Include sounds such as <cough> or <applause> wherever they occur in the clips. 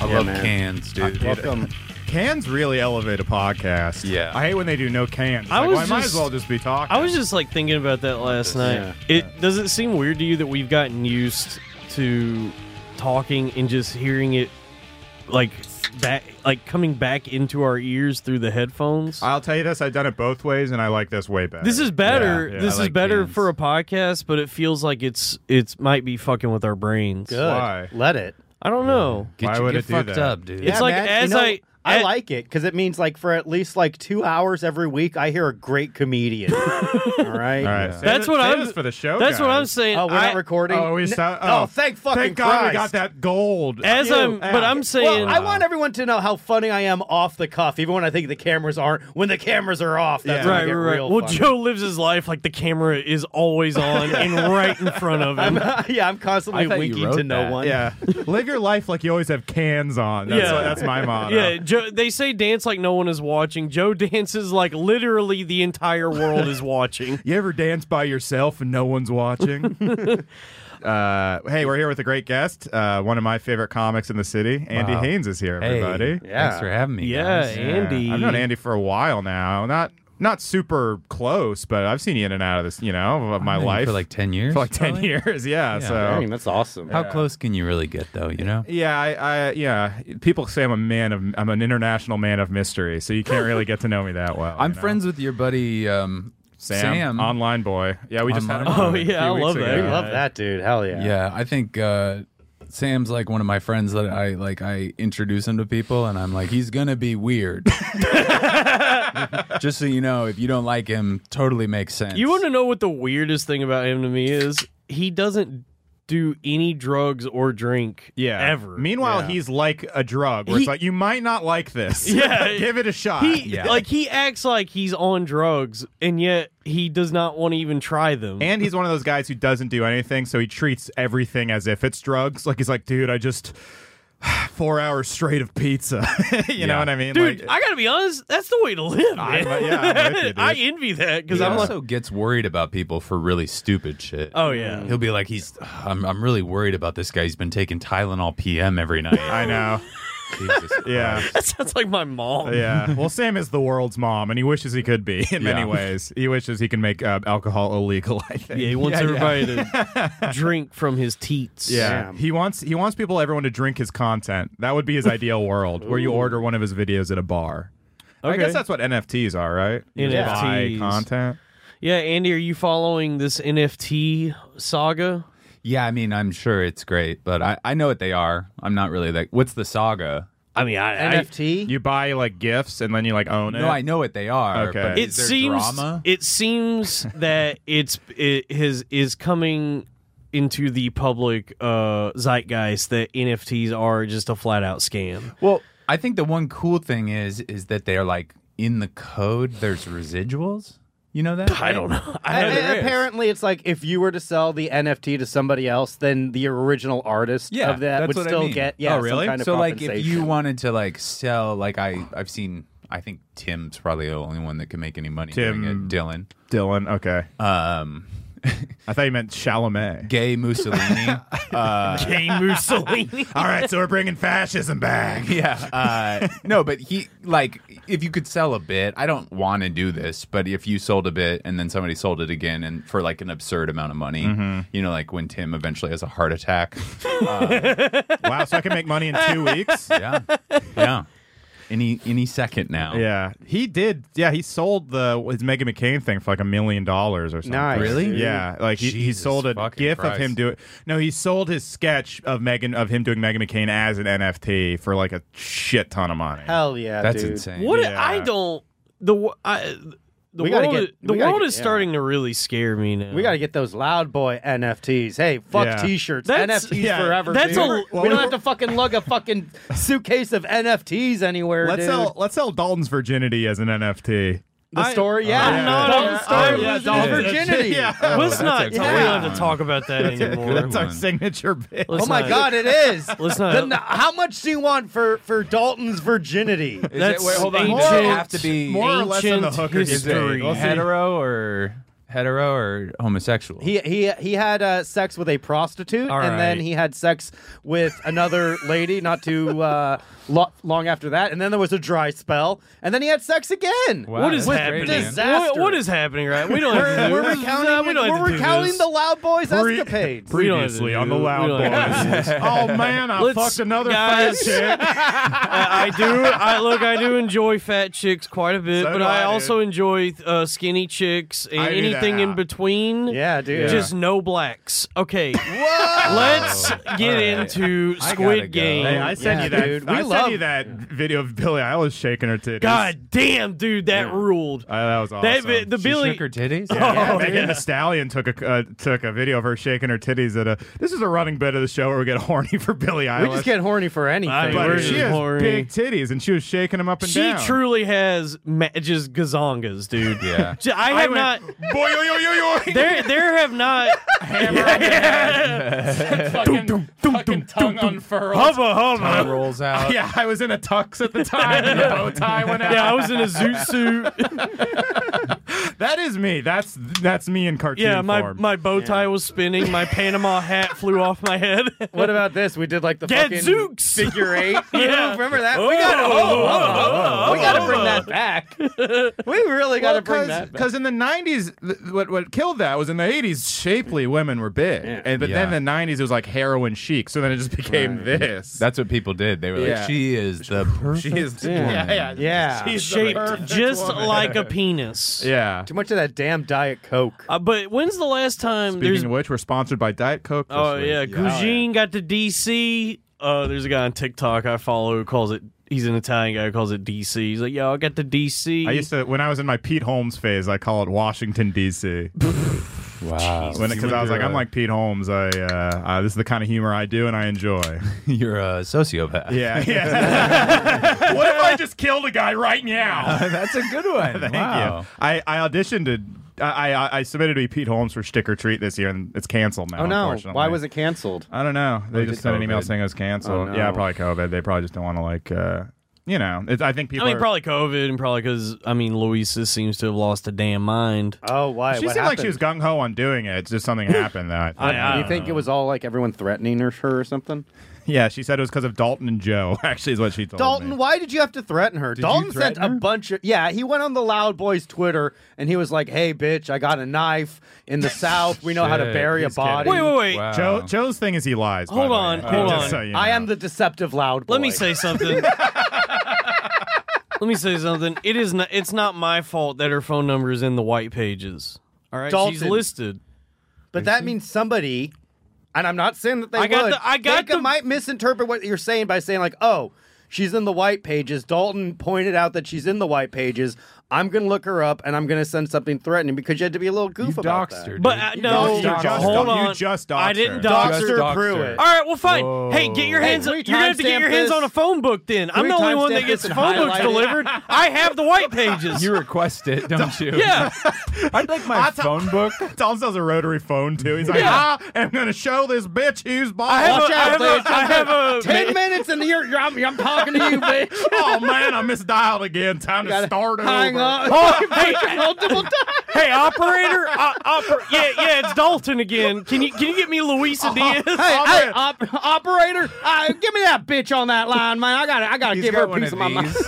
I Yeah, love man. cans, dude. Welcome. Cans really elevate a podcast. Yeah. I hate when they do no cans. It's I like, was well, I might as just- well just be talking. I was just like thinking about that last night. It does it seem weird to you that we've gotten used to talking and just hearing it like back like coming back into our ears through the headphones? I'll tell you this, I've done it both ways and I like this way better. this is better. Yeah, yeah, I this is like better cans. for a podcast, but it feels like it's it's might be fucking with our brains. Good. Why? Let it. I don't know. Get Why you- would get it do fucked that? up, dude. It's Yeah, like man, as you know, I- I at- like it because it means like for at least like two hours every week, I hear a <laughs> great comedian. all right. All right. Yeah. say That's this- what say I'm- this for the show. That's what I'm guys. saying. Oh, we're I- not recording. Oh, we N- sound. oh, thank fucking Thank God we Christ. got that gold. as You I'm but ass. I'm saying Well, I want everyone to know how funny I am off the cuff, even when I think the cameras aren't. When the cameras are off, Yeah. that's when I Right, get right, right. real Well, funny. Joe lives his life like the camera is always on and right in front <laughs> of him. yeah, I'm constantly I thought you winking wrote to no that. one. yeah. Live your life like you always have cans on. That's, Yeah. what- that's my motto. Yeah, Joe, they say dance like no one is watching. Joe <laughs> dances like literally the entire world is watching. You ever dance by yourself and no one's watching? <laughs> uh, hey, we're here with a great guest. Uh, one of my favorite comics in the city, Andy Wow. Haynes, is here. Hey, Everybody, thanks for having me. <laughs> Yeah, guys. Andy. Uh, I've known Andy for a while now. Not not super close, but I've seen you in and out of this, you know, of my I've known you life for like ten years. <laughs> For like ten probably. years. Yeah. Yeah. So. Dang, that's awesome. How close can you really get, though? You know. Yeah, I, I yeah. People say I'm a man of I'm an international man of mystery, so you can't really get to know me that well. I'm you know? friends with your buddy um, Sam, online boy. Yeah, we just had him. Online on boy. a Oh, few yeah, I weeks love that. We ago. Yeah. love that dude. Hell yeah. Yeah, I think uh, Sam's like one of my friends that I like. I introduce him to people, and I'm like, he's gonna be <laughs> weird. Just so you know, if you don't like him, totally makes sense. You want to know what the weirdest thing about him to me is? He doesn't do any drugs or drink Yeah. ever. Meanwhile, he's like a drug where it's He- like, you might not like this. <laughs> Yeah. Give it a shot. He Yeah. like he acts like he's on drugs and yet he does not want to even try them. and he's one of those guys who doesn't do anything, so he treats everything as if it's drugs. Like, he's like, dude, I just. <sighs> Four hours straight of pizza. <laughs> you know Yeah. what I mean? dude, Like- I gotta be honest, that's the way to live. I'm- man. yeah, I'm <laughs> with you, dude. uh, I envy that because He I'm like, <laughs> also gets worried about people for really stupid shit. oh yeah, He'll be like, he's. I'm, I'm really worried about this guy. He's been taking Tylenol PM every <laughs> night. I know. Jesus Yeah. Christ. that sounds like my mom. Yeah. Well, Sam is the world's mom, and he wishes he could be in many Yeah. ways. He wishes he can make uh, alcohol illegal. I think. Yeah, he wants yeah. <laughs> everybody to drink from his teats. Yeah. Sam. he wants he wants people everyone to drink his content. That would be his ideal world, where you order one of his videos at a bar. I Okay. guess that's what NFTs are, right? You just buy NFTs. content. Yeah, Andy, are you following this NFT saga? yeah. I mean, I'm sure it's great, but I, I know what they are. I'm not really like, what's the saga? I mean, I, I NFT. You buy like gifts and then you like own it. No, I know what they are. Okay. But Eh. it is there seems drama. <laughs> it seems that it's it has is coming into the public uh zeitgeist that NFTs are just a flat out scam. Well, I think the one cool thing is is that they're like in the code. There's residuals. You know that? I don't know. I A- don't a- know. apparently, it's like if you were to sell the NFT to somebody else, then the original artist Yeah, of that that's would what I still mean. get yeah, Oh, some really? kind of So like, if you compensation. wanted to like sell, like I I've seen. I think Tim's probably the only one that can make any money doing it. Tim. Dylan, Dylan. Okay, um, I thought you meant <laughs> Chalamet. gay Mussolini. Gay <laughs> Mussolini. All right, so we're bringing fascism <laughs> back. yeah. Uh, no, but he like if you could sell a bit. I don't want to do this, but if you sold a bit and then somebody sold it again and for like an absurd amount of money, you know, like when Tim eventually has a heart attack. Wow, so I can make money in <laughs> two weeks. <laughs> yeah, <laughs> yeah. Any any second now. Yeah, he did. Yeah, he sold the his Megan McCain thing for like a million dollars or something. Nice. Really? Yeah, like he, he Jesus sold a fucking gif of Christ. him doing. No, he sold his sketch of Megan of him doing Megan McCain as an NFT for like a shit ton of money. hell yeah, that's dude. insane. What Yeah. I don't the wo- I, the We gotta world get- the we gotta world get- is yeah. starting to really scare me now. We got to get those loud boy NFTs. Hey, fuck Yeah. t-shirts. That's- NFTs yeah, forever. that's dude. a- we well, don't we- have to fucking lug a fucking <laughs> suitcase of NFTs anywhere, Let's dude. sell let's sell Dalton's virginity as an NFT. the I- story, yeah. I'm not Don't on- start I'm- yeah, losing don't- his virginity. Yeah. Let's not. a We good don't have one. to talk about that <laughs> anymore. That's our one. signature bit. Let's Oh my not- god, it is. Let's not- The n- how much do you want for for Dalton's virginity? Is That's it, wait, hold on. ancient- Does it have to be More or less on the ancient hooker is history. it Let's see. hetero or hetero or homosexual? He he he had uh, sex with a prostitute, All and then right. he had sex with another <laughs> lady. Not too uh, lo- long after that, and then there was a dry spell, and then he had sex again. Wow, what is that's happening? great, man. Disaster. What, what is happening? Right? We don't. have to We're, do we're this. recounting, Nah, we don't have we're to do recounting this. the Loud Boys Pre- escapades. Pre- We don't have to Previously do- on the Loud we don't have Boys. <laughs> oh man, I Let's- fucked another guys. fat chick. I, I do. I look. I do enjoy fat chicks quite a bit, So but do I, I, dude. also enjoy uh, skinny chicks and I do anything that. in between. yeah, dude. Just no blacks. Okay. Let's get into I Squid gotta go. Game. Hey, I sent Yeah, you that. dude, we I sent love- you that video of Billie Eilish shaking her titties. God damn, dude, that ruled. Uh, that was awesome. That vi- the Oh, She Billy. shook her <laughs> titties. <laughs> Yeah, Megan Thee Stallion took a uh, took a video of her shaking her titties at a. This is a running bit of the show where we get <laughs> horny for Billie Eilish. we just get horny for anything. I- but We're she just has horny. big titties, and she was shaking them up and she down. truly has ma- just gazongas, dude. Yeah. J- I have not. Boy, yo, yo, yo, <laughs> yo. There, there have not. fucking, fucking tongue unfurled. Hubba, hubba. rolls <laughs> out. Yeah, I was in a tux at the time. and the bow tie went out. Uh, <laughs> Yeah, I was in a zoot suit. <laughs> That is me. That's that's me in cartoon Yeah, my, form. my bow tie was <laughs> spinning. My Panama hat flew off my head. <laughs> what about this? We did like the fucking Gadzooks. figure eight. <laughs> Yeah. Oh. remember that? we got oh, to oh, we got to bring <laughs> that back. we really got to bring that back. because in the 90s th- what what killed that was in the 80s shapely women were big and but Yeah. then the 90s it was like heroin chic so then it just became this That's what people did. They were like, Yeah. she is the <laughs> perfect she is woman. yeah yeah Yeah. She's the Shaped perfect just woman. like <laughs> a penis. yeah Too much of that damn Diet Coke. Uh, but when's the last time speaking there's of which we're sponsored by diet coke this Oh week. yeah, Gugine got to DC. Uh, there's a guy on TikTok I follow who calls it. He's an Italian guy who calls it DC. He's like, "Yo, I got to DC." I used to when I was in my Pete Holmes phase. I call it Washington D.C. Wow. because I was like, I'm like Pete Holmes. I uh, uh, this is the kind of humor I do and I <laughs> enjoy. <laughs> You're a sociopath. Yeah, yeah. <laughs> what if I just killed a guy right now? <laughs> That's a good <laughs> one. <laughs> Thank wow. you. I, I auditioned to I, I I submitted to be Pete Holmes for Stick or Treat this year, and it's canceled now. Oh no! unfortunately. Why was it canceled? I don't know. They Was just it sent an email COVID? saying it was canceled. Oh, no. Yeah, probably COVID. They probably just don't want to like. Uh, you know, it, I think I people. mean, are- probably COVID, and probably because I mean, Luisa seems to have lost a damn mind. Oh, why? She What seemed like she was happened? gung ho on doing it. It's just something happened that. I- I Do you don't think know. it was all like everyone threatening her, her or something? yeah, she said it was because of Dalton and Joe. <laughs> Actually, is what she told Dalton, me. why did you have to threaten her? you Dalton threaten sent a her? bunch of yeah. He went on the Loud Boys Twitter and he was like, "Hey, bitch, I got a knife in the South. We know how to Shit, bury a he's kidding. body. Wait, wait, wait. Wow. Uh, Joe, Joe's thing is he lies. by Oh. Hold the way. on, Uh, hold just on. so you I know. am the deceptive Loud Boy. Let me say something. Let me say something. It is not. It's not my fault that her phone number is in the white pages. All right, she's Dalton. listed. but that means somebody." And I'm not saying that they I got would. the- I got they could- the- might misinterpret what you're saying by saying like, "Oh, she's in the white pages." Dalton pointed out that she's in the white pages. I'm gonna look her up and I'm gonna send something threatening because you had to be a little goof You about doxed that. her. But uh, dude. no, You just hold doxed- on. you just I doxed didn't her. dox Just her. doxed Pruitt. her. All right, well, fine. Hey, get your Hey, hands. can up. we You're gonna have to get timestamp your hands this? on a phone book. Then I'm we the only one timestamp that gets this and phone books highlight it? delivered. I have the white pages. You request it, don't <laughs> you? yeah, I'd like my phone book. Dalton sells a rotary phone too. He's like, Yeah. I am going to show this bitch who's boss. I have Watch a, I out, have a, please. I have a Ten minutes and you're, you're I'm, I'm talking <laughs> to you, bitch. <laughs> oh man, I misdialed again. Time to start it Hang over. on. <laughs> hey, <laughs> Multiple times. hey, operator, uh, oper- yeah, yeah, it's Dalton again. Can you can you get me <laughs> Luisa Diaz? Hey, Oh, hey, man. op- operator, uh, give me that bitch on that line, man. I gotta, I gotta He's give her got a one piece of, of my mind. these.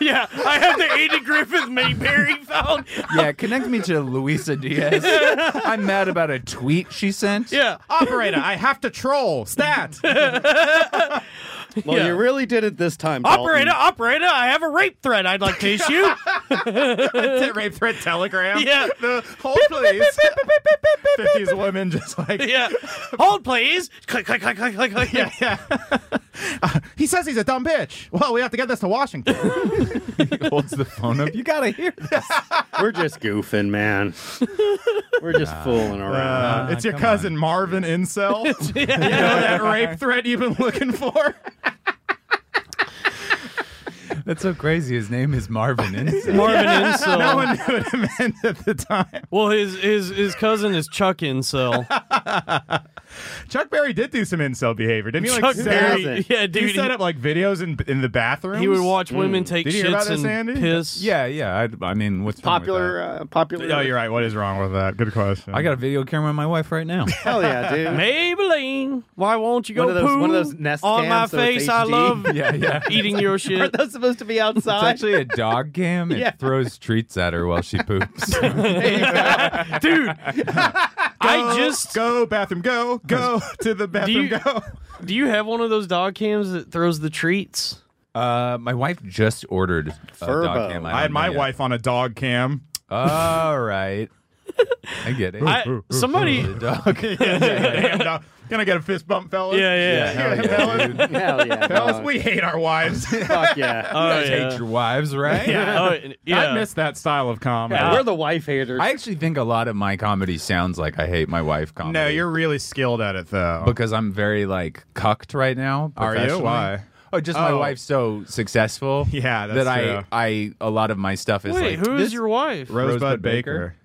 yeah, I have the Andy Griffith Mayberry phone. <laughs> yeah, connect me to Luisa <laughs> Diaz. I'm mad about a tweet she sent. Yeah, Operator, I have to troll. Stat. Well, Yeah. you really did it this time, Dalton. operator, operator, I have a rape threat I'd like to issue. rape threat telegram. Yeah. The hold please. Fifties women just like <laughs> yeah, hold please. Click, click, click, click, click, click. Yeah. he says he's a dumb bitch. Well, we have to get this to Washington. He holds the phone up. You gotta hear this. We're just goofing, <laughs> man. We're just fooling around. Ah, Uh, it's your cousin Marvin <laughs> Incel. <laughs> you know that rape threat you've been looking for. <laughs> That's so crazy. His name is Marvin. <laughs> Insel. <laughs> Marvin Insel. No one knew <laughs> what it meant at the time. <laughs> Well, his his his cousin is Chuck Incel. Chuck Berry did do some incel behavior, didn't he? Like Chuck set Berry- up- yeah, dude, He set he- up like videos in in the bathroom. He would watch Mm. women take Did you hear about shits this, and Andy? piss. Yeah, yeah. I, I mean, what's wrong with popular, that? uh, popular. Oh, you're right. What is wrong with that? Good question. I got a video camera on my wife right now. Hell yeah, <laughs> dude. Maybelline, why won't you go One of those- poo one of those Nest on my cams, so it's face? I HD. <laughs> love yeah, <laughs> yeah. eating your shit. Aren't those supposed to be It's outside? actually a dog cam. It Yeah. throws treats at her while she <laughs> poops. Dude, <laughs> I just go bathroom. Go go <laughs> to the bathroom. you- go. do you have one of those dog cams that throws the treats? <laughs> uh, my wife just ordered a Furbo. dog cam. I had don't know my yet. wife on a dog <laughs> cam. All right. I get it. I, <laughs> somebody <laughs> the <laughs> dog. Damn dog. uh, Gonna get a fist bump, fellas. Yeah, yeah. Hell yeah, fellas. dude. <laughs> Uh, Hell yeah. Fellas, dog. we hate our wives. <laughs> Fuck <laughs> yeah. Oh, You guys <laughs> yeah. hate your wives, right? <laughs> Oh, and- yeah. I miss that style of comedy. Yeah. We're the wife haters. I actually think a lot of my comedy sounds like I hate my wife comedy. No, you're really skilled at it though. because I'm very like cucked right now. Are you? professionally. Why? Oh, just my Oh. wife's so successful. <laughs> Yeah, that's that I true. I a lot of my stuff is Wait, like who is your wife? Rosebud, Rosebud Baker. Baker.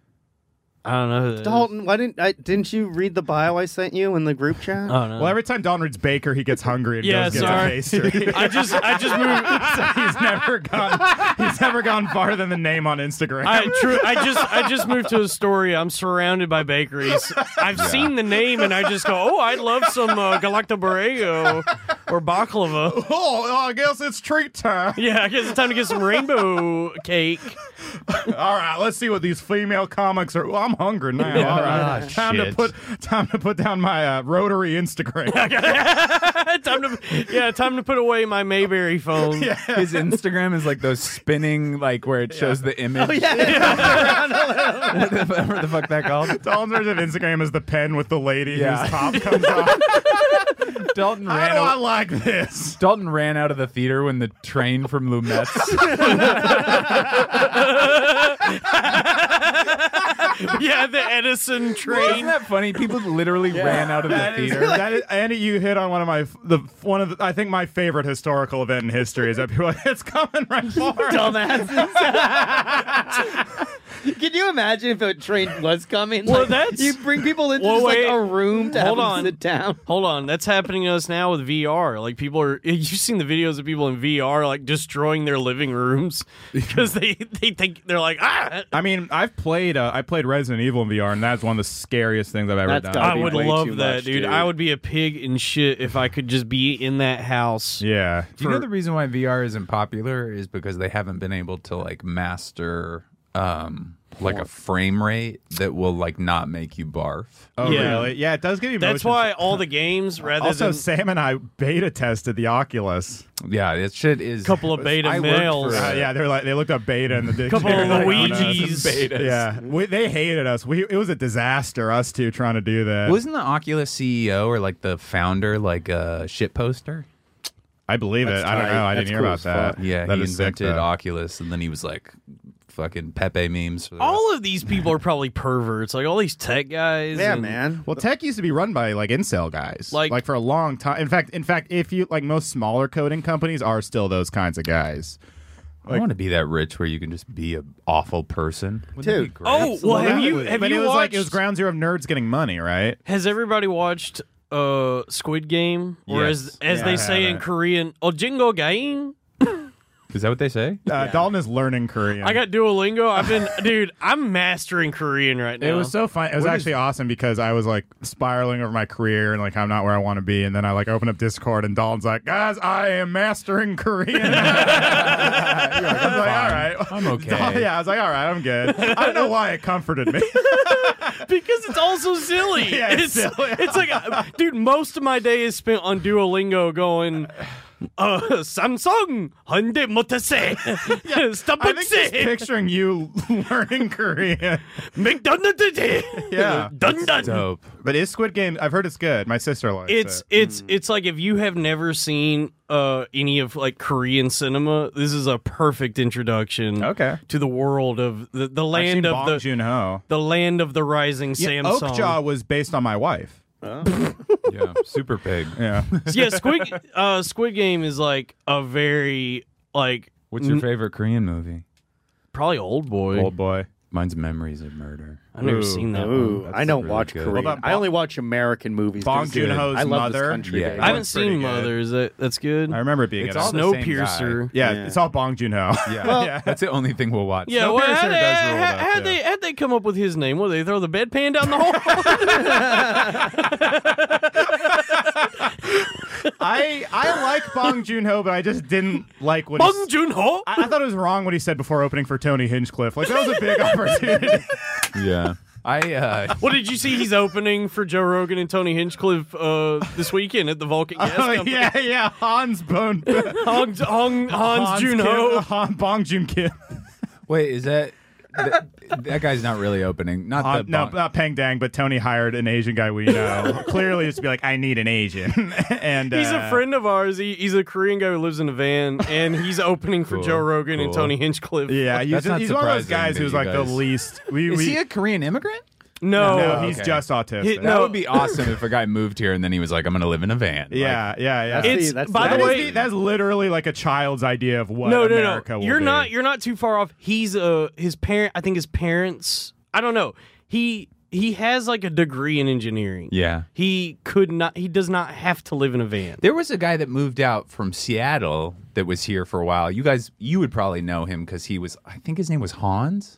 I don't know. Who that is. Dalton, why didn't I? Didn't you read the bio I sent you in the group chat? I don't know. Well, every time Don reads Baker, he gets hungry and Yeah, goes and sorry. gets a pastry. <laughs> I just, I just moved. So he's never gone. He's never gone farther than the name on Instagram. <laughs> I true. I just, I just moved to Astoria. I'm surrounded by bakeries. I've seen the name, and I just go, oh, I'd love some uh, Galactoborrego or baklava. oh, I guess it's treat time. <laughs> Yeah, I guess it's time to get some rainbow cake. All right, let's see what these female comics are. Well, I'm hungry now. All right, Ah, time to shit. put time to put down my uh, rotary Instagram. time to, yeah, time to put away my Mayberry <laughs> phone. Yeah. <laughs> his Instagram is like those spinning like where it shows Oh, the Oh, image. <laughs> <laughs> Whatever the fuck that <laughs> called? Don's version of Instagram is the pen with the lady Yeah. whose top comes off. Dalton How ran. do I Out, like this? Dalton ran out of the theater when the train from <laughs> <laughs> Lumet's. the Edison Isn't train. that funny? People literally ran out of the That is, theater. that is, Andy, you hit on one of my f- the one of the, I think my favorite historical event in history is that people <laughs> are like, it's coming right for us." Dumbasses. Can you imagine if a train was coming? Well, Like, that's- you bring people into Well, just, like wait. a room to Hold have on. them sit down. Hold on, that's happening to us now with VR. Like people are, <laughs> you've seen the videos of people in VR like destroying their living <laughs> rooms because they they think they're like ah. I mean, I've played uh, I played Resident Evil in VR, and that's one of the scariest things I've ever That's done. gotta I be would way love too that, much, dude. dude. I would be a pig in shit if I could just be in that house. yeah, Do you know the reason why VR isn't popular is because they haven't been able to like master um like a frame rate that will like not make you barf. oh, Yeah. really? Yeah, it does give you. That's motion why <laughs> all the games, rather Also, than Sam and I beta tested the Oculus. Yeah, it shit is Couple of beta I worked for males. a- Uh, yeah, they were like they looked up beta in the dictionary. Couple Like, of "Oh, Luigi's. on us. Yeah, we, they hated us. We it was a disaster. Us two trying to do that. Wasn't the Oculus CEO or like the founder like a shit poster? I believe it. I don't tight. know. I That's didn't hear cool about as fuck. that. Yeah, that he is sick, invented though. Oculus and then he was like fucking Pepe memes. For the all of these people are probably perverts. Like all these tech guys. <laughs> Yeah, and- man. Well, tech used to be run by like incel guys, Like- like for a long time. In fact, in fact, if you like most smaller coding companies are still those kinds of guys. rest. I want to be that rich where you can just be an awful person. Wouldn't that Dude. be great? Oh well, have you Absolutely. have but you it was watched? like it was ground zero of nerds getting money, right? Has everybody watched uh Squid Game? Or Yes. as as Yeah, I they say in haven't. Korean, Ojingo Game? Is that what they say? Uh, Dalton is learning Korean. I got Duolingo. I've been <laughs> dude, I'm mastering Korean right now. It was so <laughs> fun. It was actually awesome because I was like spiraling over my career and like I'm not where I want to be. And then I like open up Discord and Dalton's like, guys, I am mastering Korean. <laughs> I was <laughs> like, all right. <laughs> I'm okay. yeah, I was like, all right, I'm good. I don't know why it comforted me. <laughs> because it's also silly. Yeah, it's it's, silly. <laughs> it's like uh, dude, most of my day is spent on Duolingo going uh <laughs> Samsung Hyundai <laughs> Motase <laughs> Stop I think just it picturing you <laughs> learning Korean. <laughs> McDonald's <laughs> Yeah. <laughs> Dun Dun Dope. But is Squid Game? I've heard it's good. My sister likes it's it. it's it's like if you have never seen uh any of like Korean cinema, this is a perfect introduction. Okay. To the world of the, the I've seen land of Bong the Joon-ho. the land of the rising Yeah, Samsung. Oakjaw was based on my wife. Yeah, super pig. Yeah. yeah, Squid uh, Squid Game is like a very like What's your favorite Korean movie? probably old boy. Mm. Old boy. Mine's Memories of <laughs> Murder. I've never seen that. one. Ooh, that's I don't really watch good. Korean. Well, that I Bong- only watch American movies. 'cause Bong Joon-ho's I love mother. this country. Yeah. babe. That I haven't one's pretty seen good. Mother. Is that that's good? I remember it <laughs> being It's in it. all the same Snowpiercer. yeah, Yeah. it's all Bong Joon-ho. <laughs> Yeah. yeah. That's the only thing we'll watch. Yeah, Snowpiercer well, had, does had- rule had- that, had yeah. they had they come up with his name, what they throw the bedpan <laughs> down the hole? I I like Bong Joon-ho, but I just didn't like what he Bong Joon Ho. I, I thought it was wrong what he said before opening for Tony Hinchcliffe. Like that was a big opportunity. <laughs> Yeah. I uh What did you see? He's opening for Joe Rogan and Tony Hinchcliffe uh, this weekend at the Vulcan Gas <laughs> <laughs> oh, Company. yeah, yeah. Hans Bone. Hong, Hong, Hans, Joon Kim, uh, Ho. Han, Bong Joon Kim. wait, is that that, that guy's not really opening. Not Uh, the no, bunk. not Peng Dang, but Tony hired an Asian guy we know. <laughs> Clearly, just to be like, I need an Asian. <laughs> and He's uh, a friend of ours. He, he's a Korean guy who lives in a van, and he's opening for Cool, Joe Rogan and cool. Tony Hinchcliffe. Yeah, he's, That's not he's one of those surprising guys that who's you like guys- the least. We, Is we, he a Korean immigrant? No, no, Oh, he's okay. just autistic. He- That No. would be awesome if a guy moved here and then he was like, I'm going to live in a van. Like, yeah, yeah, yeah. That's it's See, that's by the the- That is way. the- that's literally like a child's idea of what no, no, America no. will You're be. not. You're not too far off. He's uh his parent. I think his parents. I don't know. He he has like a degree in engineering. yeah. He could not. He does not have to live in a van. There was a guy that moved out from Seattle that was here for a while. You guys, you would probably know him because he was, I think his name was Hans.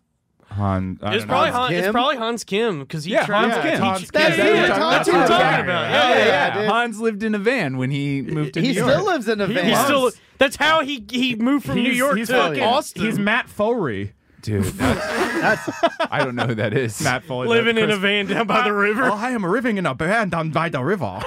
Han, I It's don't know. probably Hans, it's Kim? probably Hans Kim because he Yeah, tried. Hans he- Kim. Hans he- Kim. yeah, That's yeah, who yeah, we're that's talking what I'm about. talking about. Yeah, Yeah, yeah, yeah, dude. Hans lived in a van when he moved to He New York. still lives in a van. He still. That's how he he moved from New He's- York he's to fucking- Austin. He's Matt Foley. Dude, that's, I don't know who that <laughs> is. Matt Foley. living the in a Chris- van down by the river. Oh, I am living in a van down by the <laughs> river.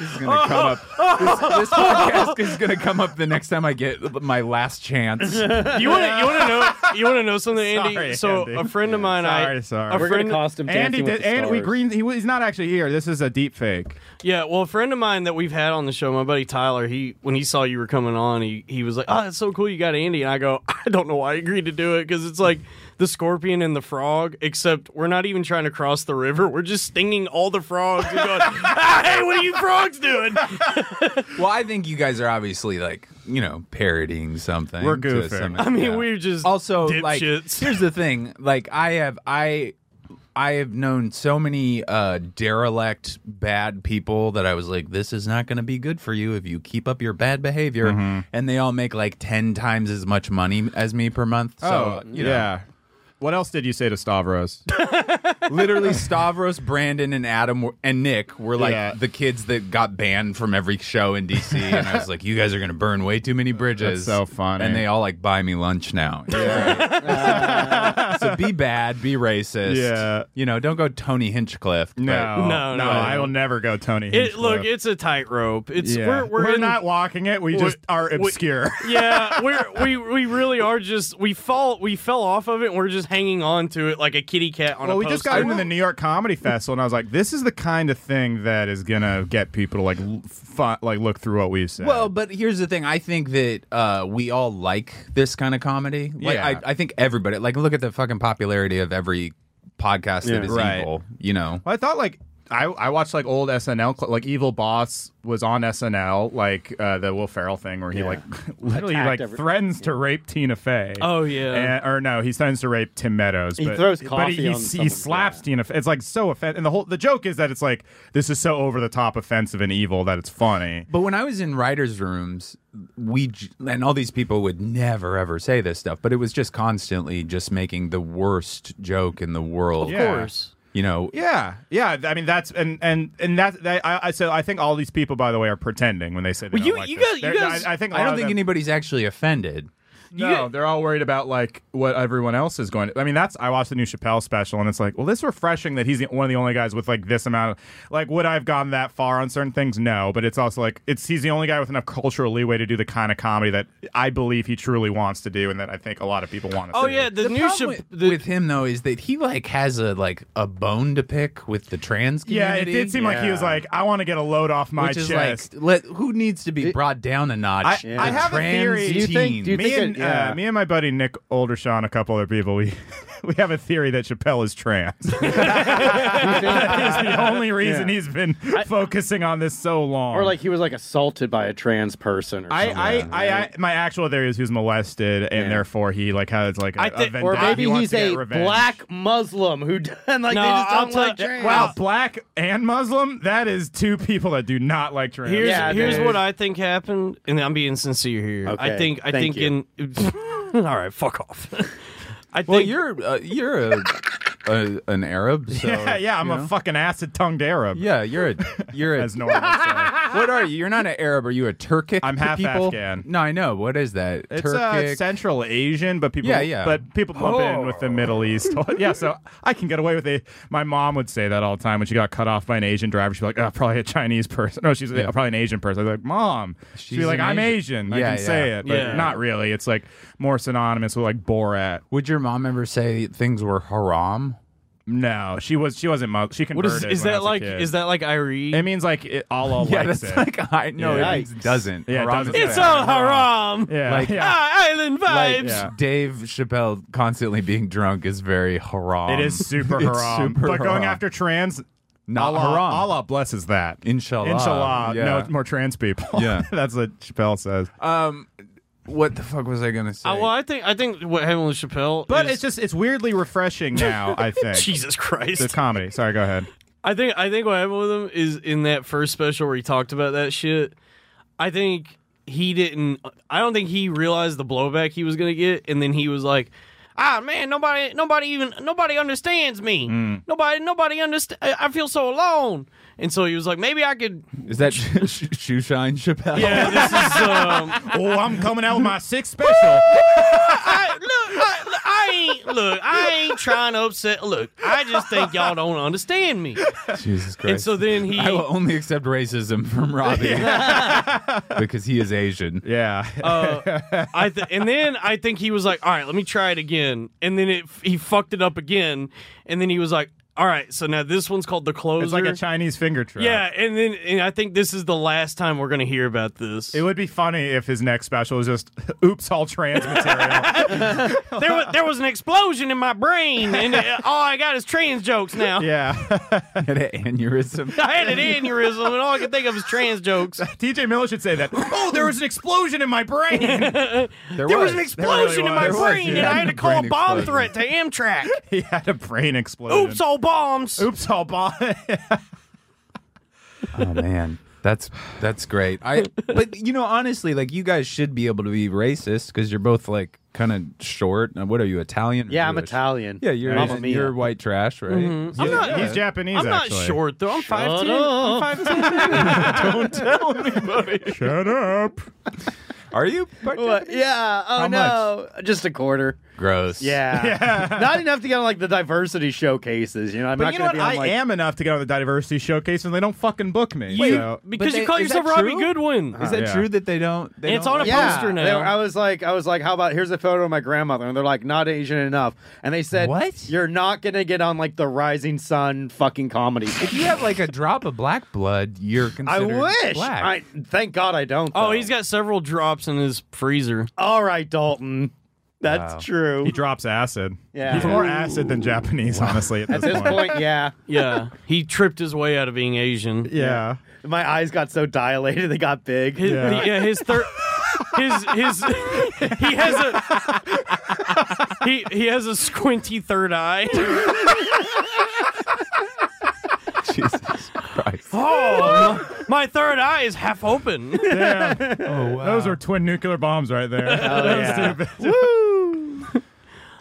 This is gonna come up. This, <laughs> this podcast is gonna come up the next time I get my last chance. You want to you want to know you want to know something, Andy? Sorry, so Andy. a friend of mine, I Sorry, sorry. a We're We're gonna friend- cost him. and he Dancing with did, the and we Stars. green. He, was- he's not actually here. This is a deep fake. Yeah, well, a friend of mine that we've had on the show, my buddy Tyler, he when he saw you were coming on, he he was like, "Oh, that's so cool, you got Andy." And I go, <laughs> "I don't know why I agreed to do it because it's like the scorpion and the frog, except we're not even trying to cross the river. We're just stinging all the frogs <laughs> and going, ah, "Hey, what are you frogs doing?" Well, I think you guys are obviously like you know parodying something. We're to goofing. some- I mean, yeah. we're just also <laughs> like dipshits. here's the thing. Like I have I. I have known so many uh, derelict bad people that I was like, this is not going to be good for you if you keep up your bad behavior. Mm-hmm. And they all make like 10 times as much money as me per month. Oh, So, you know, Oh, yeah. What else did you say to <laughs> Stavros? Literally, Stavros, Brandon, and Adam were, and Nick were like Yeah. the kids that got banned from every show in DC. And I was like, "You guys are gonna burn way too many bridges." That's so funny. And they all like buy me lunch now. <laughs> so be bad, be racist. Yeah. you know, don't go Tony Hinchcliffe. but- no, No, no. I will never go Tony. it, look, Hinchcliffe. it's a tightrope. It's Yeah. we're we're, in- not walking it. We just are we- obscure. <laughs> yeah, we're, we we really are just we fall we fell off of it. and We're just hanging on to it like a kitty cat on well, a we post. just got into the New York Comedy Festival, and I was like, "This is the kind of thing that is gonna get people to like, l- fu- like look through what we've said." Well, but here's the thing. I think that uh, we all like this kind of comedy. Like, Yeah. I, I think everybody. Like, look at the fucking popularity of every podcast that is Right. evil. You know. Well, I thought like I I watched like old SNL cl- like Evil Boss was on SNL like uh, the Will Ferrell thing where he like <laughs> literally Attacked like every- threatens to rape Tina Fey. Oh, yeah. And- or no, he threatens to rape Tim Meadows. He but, throws but coffee he, on he, he someone's slaps lap. Tina. Fey. It's like so offensive, and the whole the joke is that it's like this is so over the top offensive and evil that it's funny. But when I was in writers' rooms, we j- and all these people would never ever say this stuff, but it was just constantly just making the worst joke in the world. Of Yeah. course. You know, Yeah, yeah. I mean, that's and and and that, that I, I so I think all these people, by the way, are pretending when they say. They Well, don't you- like you this. guys- you They're- guys- I, I think a I lot don't of think them- anybody's actually offended. No, they're all worried about like what everyone else is going. I mean, that's I watched the new Chappelle special, and it's like, well, this is refreshing that he's the, one of the only guys with like this amount of like. Would I've gone that far on certain things? No, but it's also like it's he's the only guy with enough cultural leeway to do the kind of comedy that I believe he truly wants to do, and that I think a lot of people want to. Oh see. yeah, the, new problem Chap- with, the, with him though is that he like has a like a bone to pick with the trans yeah. community. It did seem like he was Yeah. like, I want to get a load off my which is chest. like let who needs to be brought down a notch? I- than I have a trans theory. Do you think- do you teens? me think and it- yeah. uh, me and my buddy Nick Oldershaw and a couple other people we <laughs> we have a theory that Chappelle is trans. <laughs> <laughs> that is the only reason he's been focusing on this so long. Or like he was like assaulted by a trans person. Or I, something. I, I, I, my actual theory is he was molested, and Yeah. therefore he like has like a, I a think- or or vendetta. He maybe wants he's to get a revenge. black Muslim who <laughs> and like No, they just I'll don't like tell- trans. Wow, black and Muslim. That is two people that do not like trans. Here's Yeah, here's dude. what I think happened, and I'm being sincere here. I Okay, think I thank think in <laughs> all right, fuck off. I Well, think you're uh, you're a, a, an Arab. So, <laughs> yeah, yeah. I'm you a know. fucking acid tongued Arab. Yeah, you're a you're a. As normal. <laughs> what Ah. are you? You're not an Arab. Are you a Turkic? I'm half people? Afghan. No, I know. What is that? It's Turkic. uh, Central Asian, but people, Yeah, yeah. but people bump in with the Middle East. yeah, so I can get away with it. My mom would say that all the time when she got cut off by an Asian driver. She'd be like, "Oh, probably a Chinese person." No, she's "Oh, Yeah. probably an Asian person. I'd be like, "Mom," she'd be She's like, an "I'm Asian. Asian." I Yeah, can yeah. say it, but Yeah. not really. It's like more synonymous with like Borat. Would your mom ever say things were haram? No, she was. She wasn't. Mu- she what converted. is is when I that was a like kid. is that like Irene? It means like it, <laughs> Allah likes it. like I no, Yeah. it means Yikes. doesn't. Yeah, it haram doesn't. is it's bad. all haram. yeah, like- <laughs> yeah. <laughs> Ah, island Like vibes. Yeah. <laughs> Dave Chappelle constantly being drunk is very haram. It is super It's haram. super but going haram. after trans, Not Allah, haram. Allah blesses that. Inshallah. Inshallah. Yeah. No, it's more trans people. Yeah. <laughs> That's what Chappelle says. Um, what the fuck was I gonna say? Uh, well, I think I think what happened with Chappelle, But is- it's just, it's weirdly refreshing now, <laughs> I think. Jesus The Christ. comedy. Sorry, go ahead. I think I think what happened with him is in that first special where he talked about that shit. I think he didn't. I don't think he realized the blowback he was gonna get, and then he was like, "Ah, man, nobody, nobody even nobody understands me. Nobody, nobody understand. I feel so alone." And so he was like, "Maybe I could." is that <laughs> sh- sh- shoeshine Chappelle? <laughs> Yeah, this is. Um, Oh, I'm coming out with my sixth special. <laughs> I, look, I, I ain't look. I ain't trying to upset. Look, I just think y'all don't understand me. <laughs> Jesus Christ. And so then he. I will only accept racism from Robbie <laughs> <laughs> because he is Asian. <laughs> <laughs> yeah. Uh, I th- and then I think he was like, "All right, let me try it again." And then it he fucked it up again, and then he was like, "All right, so now this one's called the closer." it's like a Chinese finger trap. yeah, and then and I think this is the last time we're gonna hear about this. It would be funny if his next special was just, <laughs> oops, all trans material. there was there was an explosion in my brain, <laughs> and uh, all I got is trans jokes <laughs> now. yeah. <laughs> Had an aneurysm. <laughs> I had an aneurysm, and all I could think of is trans jokes. TJ Miller should say that. Oh, there was an explosion in my brain. There, There was an really explosion in my was. There was, brain, yeah. and I had to call a Brain bomb explosion. threat <laughs> to Amtrak. <laughs> he had a brain explosion. Oops, all bombs. Oops, all <laughs> ball. Oh man, that's that's great. I but you know honestly, like you guys should be able to be racist because you're both like kind of short. Now, What are you Italian? or Yeah, I'm Jewish? Italian. Yeah, you're Mamma mia. you're white trash, right? Yeah, I'm not- He's Japanese, I'm not actually. <laughs> short though. I'm five ten. I'm up. five ten. Don't tell me, buddy. Shut up. Are you? What? <laughs> Yeah. Oh How no. Just <laughs> a quarter. Gross. Yeah. Not enough to get on like the diversity showcases. You know, I'm But not you know gonna what? I be on, like, am enough to get on the diversity showcase, and they don't fucking book me. You, so- because But you they- call is yourself that Robbie true? Goodwin. Is that Yeah. true that they don't? They It's don't on a like- yeah, poster They now. were- I was like, I was like, how about here's a photo of my grandmother, and they're like, not Asian enough, and they said, What? You're not gonna get on like the Rising Sun fucking comedy. If you have like a drop of black blood, you're I considered wish. black. I thank God I don't. Oh, though. he's got several drops in his freezer. All right, Dalton. That's Wow. true. he drops acid. Yeah. He's more acid than Japanese, honestly. At this, At this point, yeah, Yeah, he tripped his way out of being Asian. yeah. my eyes got so dilated they got big. His, Yeah. the- yeah, his third. His his <laughs> he has a he he has a squinty third eye. <laughs> Jesus <gasps> Christ. Oh, my, <laughs> my third eye is half open. Oh, wow. Those are twin nuclear bombs right there. Oh, <laughs> yeah.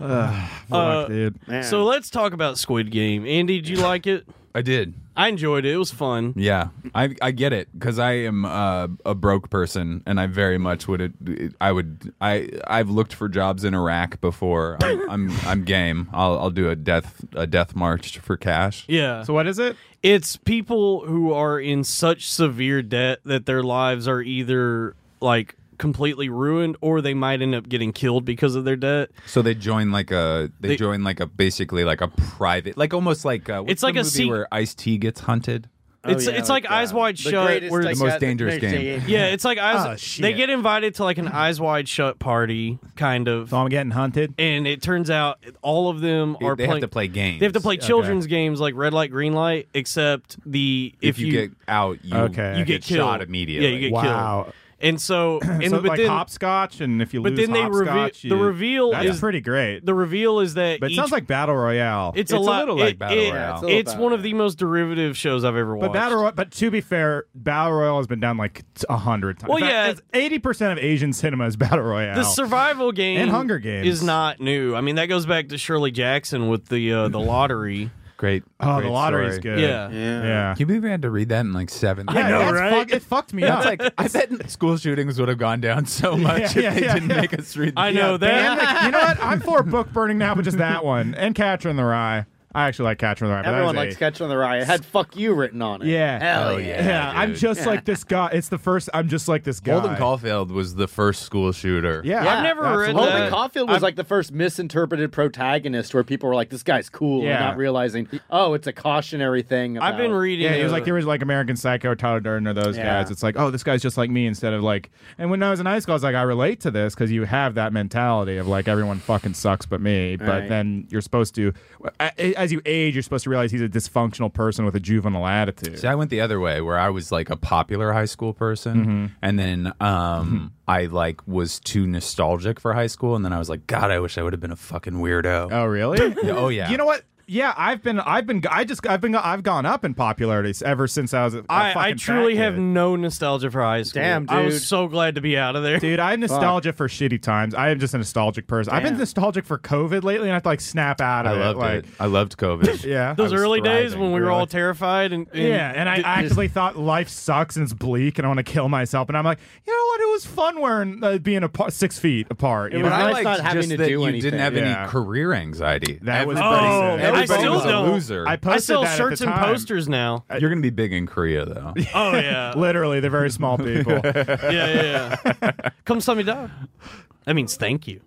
Uh, dude. Man. So let's talk about Squid Game. Andy, did you like it? I did. I enjoyed it. It was fun. Yeah, I I get it because I am uh, a broke person, and I very much would it, I would I I've looked for jobs in Iraq before. I'm I'm, I'm game. I'll I'll do a death a death march for cash. Yeah. So what is it? it's people who are in such severe debt that their lives are either like completely ruined or they might end up getting killed because of their debt. So they join like a they, They- join like a basically like a private like almost like uh what's It's like the a movie sec- where Ice T gets hunted. it's Oh, yeah, it's like like, Eyes that. Wide The Shut. greatest where- The most psychiatric- dangerous game. yeah, it's like Oh, eyes. shit. they get invited to like an Eyes Wide Shut party, kind of. So I'm getting hunted. and it turns out all of them are they playing. have to play games. They have to play children's games like red light, green light, except the If, you, get out, you Okay. you you get, get killed. shot immediately. Yeah, you get Wow. killed. And so, and so but like then hopscotch, and if you but lose then they reveal- hopscotch, the you- reveal that's is- pretty great. the reveal is that but it each- sounds like battle royale. It's it's, a, a lot little like it- Battle it- Royale. It's It's, a little Battle one of the most derivative shows I've ever watched. But battle, Roy- but to be fair, battle royale has been done like t- a hundred times. Well, yeah. eighty percent of Asian cinema is battle royale. the survival game And Hunger Games. is not new. I mean, that goes back to Shirley Jackson with the uh, the lottery. Great. oh, the great lottery's story. good. Yeah. Yeah. yeah. Can you believe I had to read that in like seventh? Yeah, grade? know, that's right? fuck- it fucked me up. That's like <laughs> I bet <laughs> school shootings would have gone down so much if yeah, they yeah, didn't yeah. make us read. I know Ban that. <laughs> the- you know what? I'm for book burning now, but just that one and Catcher in the Rye. I actually like Catcher in the Rye. but that Everyone is likes a- Catcher in the Rye. It had "fuck you" written on it. Yeah. Hell Oh, yeah. yeah. Yeah, I'm dude. just like this guy. It's the first. I'm just like this guy. Holden Caulfield was the first school shooter. Yeah, Yeah. I've never read absolutely. Holden that. Caulfield was like the first misinterpreted protagonist, where people were like, "This guy's cool," Yeah. and not realizing, oh, it's a cautionary thing. I've been about- reading. Yeah, it was uh, like there was like American Psycho, Tyler Durden, or those Yeah. guys. It's like, oh, this guy's just like me instead of like. And when I was in high school, I was like, I relate to this because you have that mentality of like everyone fucking sucks but me. But Right. then you're supposed to, a- as you age, you're supposed to realize he's a dysfunctional person with a juvenile attitude. See, I went the other way where I was like a popular high school person, and then um, I like was too nostalgic for high school, and then I was like, God, I wish I would have been a fucking weirdo. Oh, <laughs> really? Yeah, oh yeah. You know what? Yeah, I've been, I've been, I just, I've been, I've gone up in popularity ever since I was. a a I, I fucking truly fat have kid. no nostalgia for high school. Damn, I dude. was so glad to be out of there. Dude, I have nostalgia for shitty times. I am just a nostalgic person. I've been Damn. nostalgic for COVID lately, and I have to like snap out I of it. loved like, it. I loved <laughs> COVID. Yeah. <laughs> Those I was early days thriving, when we were really. all terrified and, and yeah, and I d- just- actually thought life sucks and it's bleak, and I want to kill myself. And I'm like, you know what? It was fun wearing uh, being apart, six feet apart. You was know? nice I not liked having just to that do you anything. didn't have Yeah. any career anxiety. That was everybody, pretty sick. Oh, I everybody still was a don't- loser. I I posted sell that at the shirts and time. <laughs> posters now. You're gonna be big in Korea though. Oh yeah, Literally, they're very <laughs> small people. <laughs> yeah, yeah. yeah. Come sum <laughs> me down. That means thank you.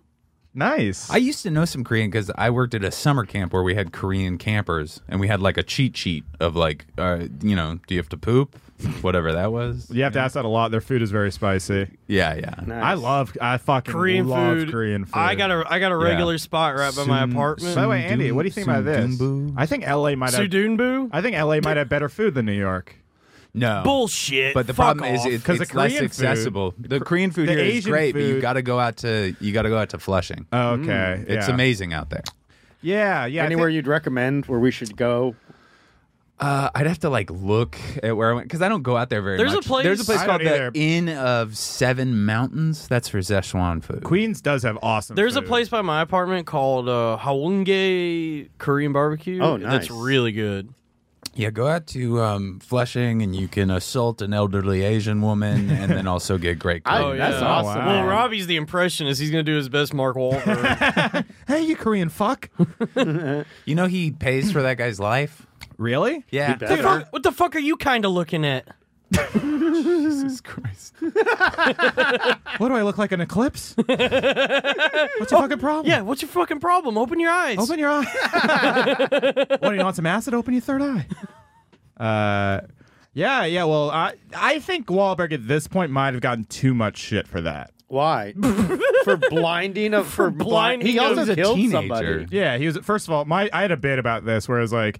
nice. I used to know some Korean because I worked at a summer camp where we had Korean campers, and we had like a cheat sheet of like, uh, you know, do you have to poop, <laughs> whatever that was. you have to ask that a lot. Their food is very spicy. Yeah, yeah. I love. I fucking Korean love food. Korean food. I got a I got a regular Yeah. spot right by my Soon- apartment. By the way, Andy, what do you think about this? Sundumbu. I think LA might have. Sudunbu? I think LA might have better food than New York. No Bullshit. But the Fuck problem off. is it, 'Cause the it's less Korean accessible. the Korean food the here is Asian great, but food- you got to go out to you got to go out to Flushing. Okay, It's yeah. amazing out there. Yeah, yeah. I Anywhere think- you'd recommend where we should go? Uh, I'd have to like look at where I went because I don't go out there very There's a much. place- There's a place I called don't the either. Inn of Seven Mountains. That's for Szechuan food. Queens does have awesome. There's a food. place by my apartment called uh, Hawungae Korean Barbecue. Oh, nice. That's really good. Yeah, go out to um, Flushing and you can assault an elderly Asian woman and then also get great. <laughs> I- Korean Oh, that's yeah. Wow. awesome. Well, Robbie's the impressionist. He's going to do his best Mark Wahlberg. Hey, you Korean fuck. You know he pays for that guy's life. <laughs> really? Yeah, bet. The fuck- what the fuck are you kind of looking at? Jesus Christ. What do I look like? An <laughs> eclipse? What's your fucking problem? Yeah, what's your fucking problem? Open your eyes. Open your eye. <laughs> what do you want? Some acid? Open your third eye. Uh, yeah, yeah. Well, I I think Wahlberg at this point might have gotten too much shit for that. Why? for blinding of for, blind. blinding He of- also He's a killed teenager. somebody. Yeah, he was. First of all, my I had a bit about this where it was like.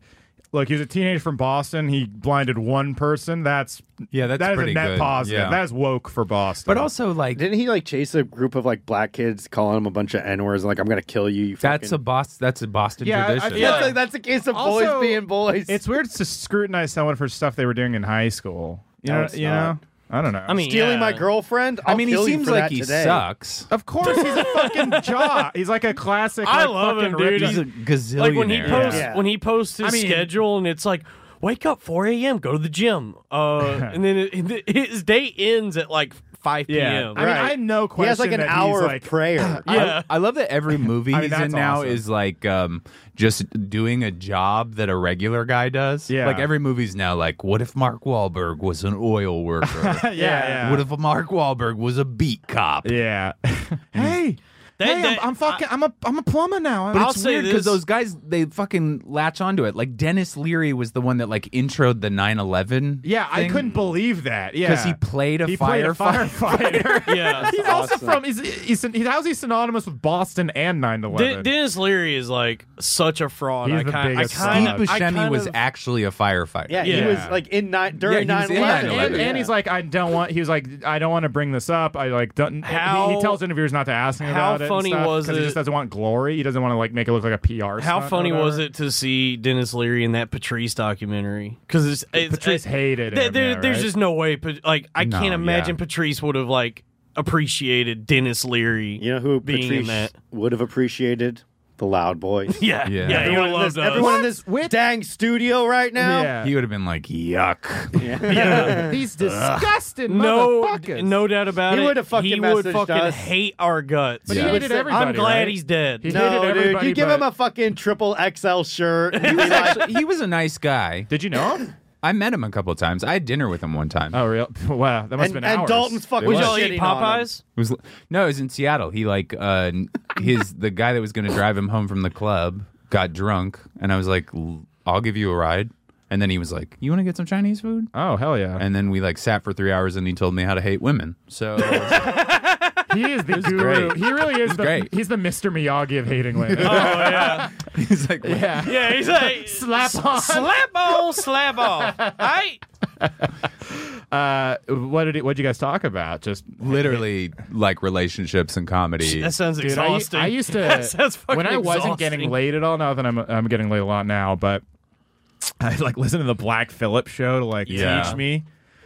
Look, he was a teenager from Boston. He blinded one person. That's Yeah, that's that is a pretty net good. positive. Yeah. That is woke for Boston. But also like Didn't he like chase a group of like black kids, calling them a bunch of n words, and like I'm gonna kill you? you that's a fucking... Boston. That's a Boston Yeah, I- I tradition. feel <laughs> That's Yeah. a that's a case of Also, boys being boys. It's weird to scrutinize someone for stuff they were doing in high school. You No, know, it's you not. know. I don't know. I mean, stealing yeah. my girlfriend. I'll I mean, he kill you seems for like that he today. sucks. of course he's a fucking <laughs> jaw. He's like a classic. I like, love fucking him, ripped- dude. He's He's a gazillionaire. Like when he posts Yeah. when he posts his I mean- schedule, and it's like, wake up 4 a.m., go to the gym, <laughs> uh, and then it, his day ends at like 5 p.m. yeah. I mean, Right. I had no He question. has like an that he's, hour like- of prayer. Yeah. I, I love that every movie I mean, he's in that's now awesome. is like um, just doing a job that a regular guy does. Yeah. Like every movie's now like, what if Mark Wahlberg was an oil worker? <laughs> Yeah, yeah. What if Mark Wahlberg was a beat cop? yeah. hey. That- hey, I'm, that- I'm fucking, I, am a, I'm a plumber now. But I'll it's say weird because this. those guys they fucking latch onto it. Like Dennis Leary was the one that like introed the 9/11. yeah, I couldn't believe that. Yeah, because he played a He played a firefighter. firefighter. <laughs> <laughs> Yeah. he's also from. He's, he's, he's how's he synonymous with Boston and 9/11? De- Dennis Leary is like such a fraud. He's I the kind, I biggest kind fraud. of, Steve I Buscemi kind was of- actually a firefighter. Yeah, he Yeah. was like in nine during Yeah, he was nine in eleven. 9/11. and, and he's like, I don't want. He was like, I don't want to bring this up. I like don't. How- he, he tells interviewers not to ask him how about it. and funny stuff, was 'cause it- He just doesn't want glory. He doesn't want to like make it look like a PR. How stunt or funny was whatever. it to see Dennis Leary in that Patrice documentary? Because it's, it's Patrice it- hated there- him, there- yeah, There's right? just no way. Pat- Like I No, can't imagine yeah. Patrice would have like appreciated Dennis Leary. You know who being in Patrice that? would have appreciated? The <laughs> Loud Boys. Yeah, Yeah. yeah, yeah everyone everyone, in this, loves <laughs> everyone in this What? dang studio right now. Yeah. He would have been like, yuck. <laughs> He's disgusting. No, motherfuckers. no doubt about He it. would've fucking he would messaged fucking us. hate our guts. But he Yeah. hated I'm everybody. I'm glad right? he's dead. He hated No, dude, everybody, you give but- him a fucking triple <laughs> XL shirt. He was, actually, he was a nice guy. Did you know him? I met him a couple times. I had dinner with him one time. Oh, real? <laughs> Wow, that must have and, been and hours. Dalton's fucking Would was. y'all shitting eat on him. Popeyes? It was no, it was in Seattle. He like uh n- his the guy that was going to drive him home from the club got drunk, and I was like, "L- I'll give you a ride. And then he was like, You want to get some Chinese food? Oh hell yeah! And then we like sat for three hours, and he told me how to hate women. So <laughs> he is the guru. great. He really is. the, great. He's the Mr. Miyagi of hating women. <laughs> Oh yeah, he's like, yeah. yeah. <laughs> He's like Slap on. slap on, slap off. I Uh, what did what did you guys talk about? Just literally like relationships and comedy. That sounds Dude, I, exhausting. I used to <laughs> That sounds fucking when I wasn't exhausting. getting laid at all. Now that I'm I'm getting laid a lot now, but I like listen to the Black Phillip show to like Yeah. teach me,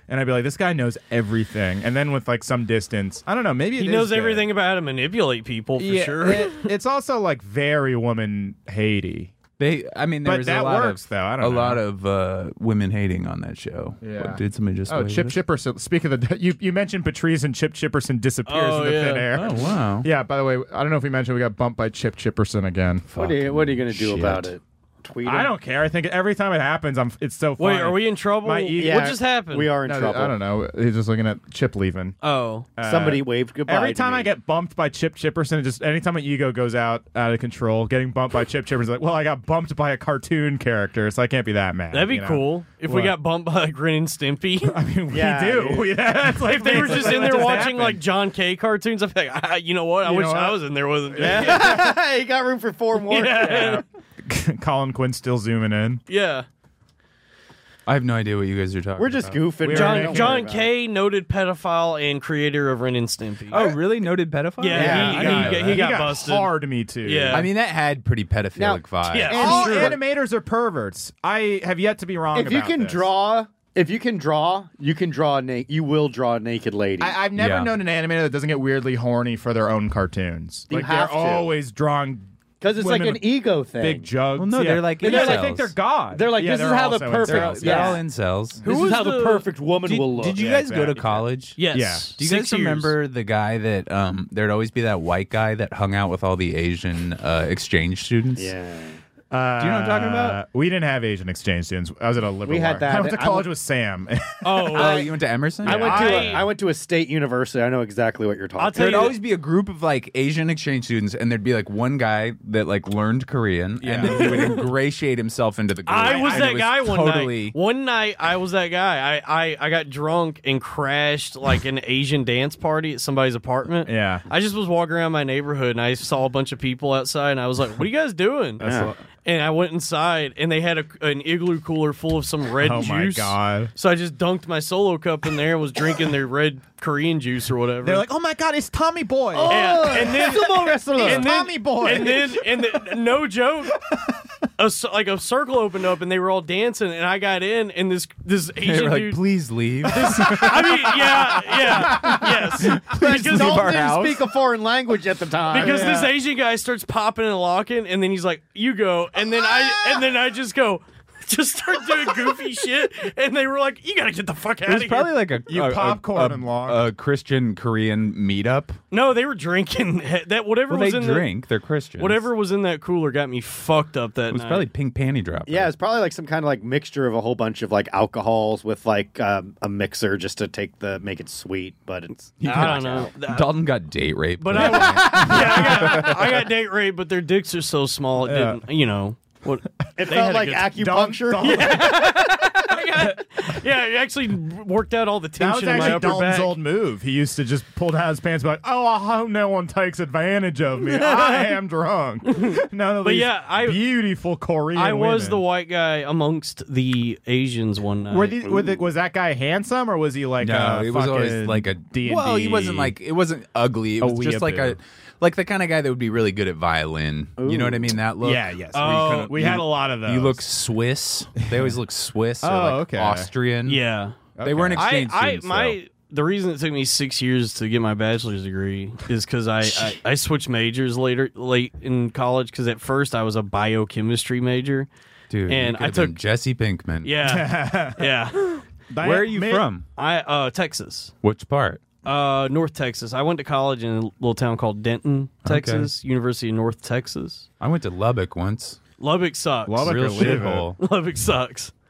and I'd be like, this guy knows everything. And then with like some distance, I don't know, maybe it He is knows good. everything about how to manipulate people for Yeah, sure. it- it's also like very woman haty. They, I mean, there But was that a lot works, of though. I don't a know. lot of uh, women hating on that show. Yeah. What, did somebody just? Oh, wave Chip it? Chipperson. Speak of the <laughs> you you mentioned Patrice and Chip Chipperson disappears Oh, into yeah. thin air. Oh wow. <laughs> Yeah, by the way, I don't know if we mentioned we got bumped by Chip Chipperson again. What are you, what are you gonna do Shit. about it? Tweet. I him? don't care. I think every time it happens, I'm. It's so. <laughs> Wait, funny. are we in trouble? My e- ego- Yeah, what just happened? We are in No, trouble. I don't know. He's just looking at Chip leaving. Oh, Uh, Somebody waved goodbye. Every to time me. I get bumped by Chip Chipperson, it just anytime my ego goes out out of control, getting bumped by Chip Chipperson, like, well, I got bumped by a cartoon character, so I can't be that mad. that'd be you know? cool if What? we got bumped by Grin and Stimpy. <laughs> I mean, we Yeah, do. dude. We- <laughs> that's like if they were that's just like in what there watching happened. like John K cartoons, I'm like, ah, you know what? I You wish know I what? was in there with him. Yeah. <laughs> Yeah. you got room for four more. <laughs> Yeah. <laughs> Colin Quinn still zooming in. yeah. I have no idea what you guys are talking. We're just about. goofing. We man. are Don't John John worry about it. K, noted pedophile and creator of Ren and Stimpy. Oh, really? Noted pedophile? Yeah, Yeah, he, I he, didn't know got, he that. got busted. Hard me too. Yeah. I mean, that had pretty pedophilic Now- vibes. Yeah. All Sure. animators are perverts. I have yet to be wrong. If you about can this. draw, if you can draw, you can draw. Na- you will draw a naked lady. I, I've never Yeah. known an animator that doesn't get weirdly horny for their own cartoons. You like have they're to. always drawing Because it's like women an with ego thing. big jugs. Well, no, yeah. they're like And I incels. think they're god. They're like, Yeah, this is they're how the also perfect- incels, They're Yeah. all incels. this is was how the, the- perfect woman Did, will look. did you Yeah, guys go to exactly. college? yes. Yeah. Do you guys Six years. remember the guy that um, there'd always be that white guy that hung out with all the Asian uh, exchange students? yeah. Uh, Do you know what I'm talking about? uh, we didn't have Asian exchange students. I was at a liberal. We had art. that. I went to I college went- with Sam. <laughs> <laughs> Oh, Oh, you went to Emerson? I went to a, I- I went to a state university. I know exactly what you're talking. I'll about. tell There'd you- always be a group of like Asian exchange students, and there'd be like one guy that like learned Korean, and then he would ingratiate himself into the group. I was And that it guy one totally, night. One night I was that guy. I, I, I got drunk and crashed like an Asian dance party at somebody's apartment. Yeah. I just was walking around my neighborhood and I saw a bunch of people outside and I was like, "What are you guys doing?" and I went inside and they had a, an igloo cooler full of some red oh juice. my god. So I just dunked my solo cup in there and was drinking their red Korean juice or whatever. They're like, oh my god, it's Tommy Boy. Oh, yeah. and then Sumo wrestler. and then- Tommy Boy. And then, and the, no joke, a, s- like a circle opened up and they were all dancing, and I got in, and this this <laughs> They Asian were like, dude. please <laughs> leave. I mean, yeah, yeah, <laughs> yes, because, Dalton our didn't house. speak a foreign language at the <laughs> time. because this Ah. Asian guy starts popping and locking, and then he's like, "You go," <laughs> and then I and then I just go. just start doing goofy shit, and they were like, "You gotta get the fuck It out of was here." probably like a You a, a- popcorn a, and log. a Christian Korean meetup. no, they were drinking <laughs> he- that whatever Well, they was in the- drink. They're Christians. whatever was in that cooler got me fucked up that It was night. probably pink panty dropper. <laughs> Yeah, it's probably like some kind of like mixture of a whole bunch of like alcohols with like um, a mixer just to take the make it sweet. But it's I don't know. Dalton got date raped. But <laughs> I, yeah, I, got, I got date raped, but their dicks are so small it Yeah. didn't. You know what? it They felt had a like good- acupuncture. <laughs> Dalton- <laughs> I got- <laughs> yeah, it actually worked out all the That was tension in my actually upper Dalton's back. old move. He used to just pull down his pants, and be like, "Oh, I hope no one takes advantage of me. <laughs> I am drunk." None of But these yeah, I- beautiful Korean. I was women. the white guy amongst the Asians one night. Were these, were the, was that guy handsome or was he like no, a it was always fucking like a D&D? Well, he wasn't like it wasn't ugly. It A was just like a weeaboo. like the kind of guy that would be really good at violin. You know what I mean? That look. yeah yes Oh, we, couldn't- we had a lot of those You look Swiss. They always look Swiss <laughs> or Oh, like okay. Austrian. yeah. Uh, They weren't I, exchange I students. though. my the reason it took me six years to get my bachelor's degree is because I, I I switched majors later late in college because at first I was a biochemistry major. dude. you and could I have been took- Jesse Pinkman. <laughs> Yeah, yeah. Diane- Where are you Mitt- from? I uh Texas. Which part? Uh, North Texas. I went to college in a little town called Denton, Texas, University of North Texas. I went to Lubbock once. Lubbock sucks. Lubbock Real or leave it. shithole. <laughs> Lubbock sucks. <laughs>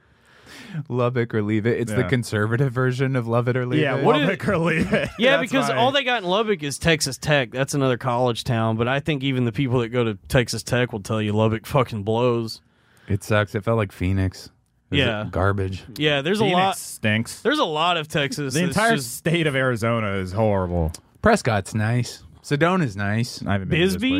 Lubbock or leave it. It's the Yeah. conservative version of love it or leave yeah it. what love is- it or leave it. <laughs> Yeah, That's because right. all they got in Lubbock is Texas Tech. That's another college town, but I think even the people that go to Texas Tech will tell you Lubbock fucking blows. It sucks. It felt like Phoenix. It was Yeah. garbage. Yeah, there's Phoenix a lot. stinks. There's a lot of Texas. The that's entire just- state of Arizona is horrible. Prescott's nice. Sedona's nice. I haven't Bisbee?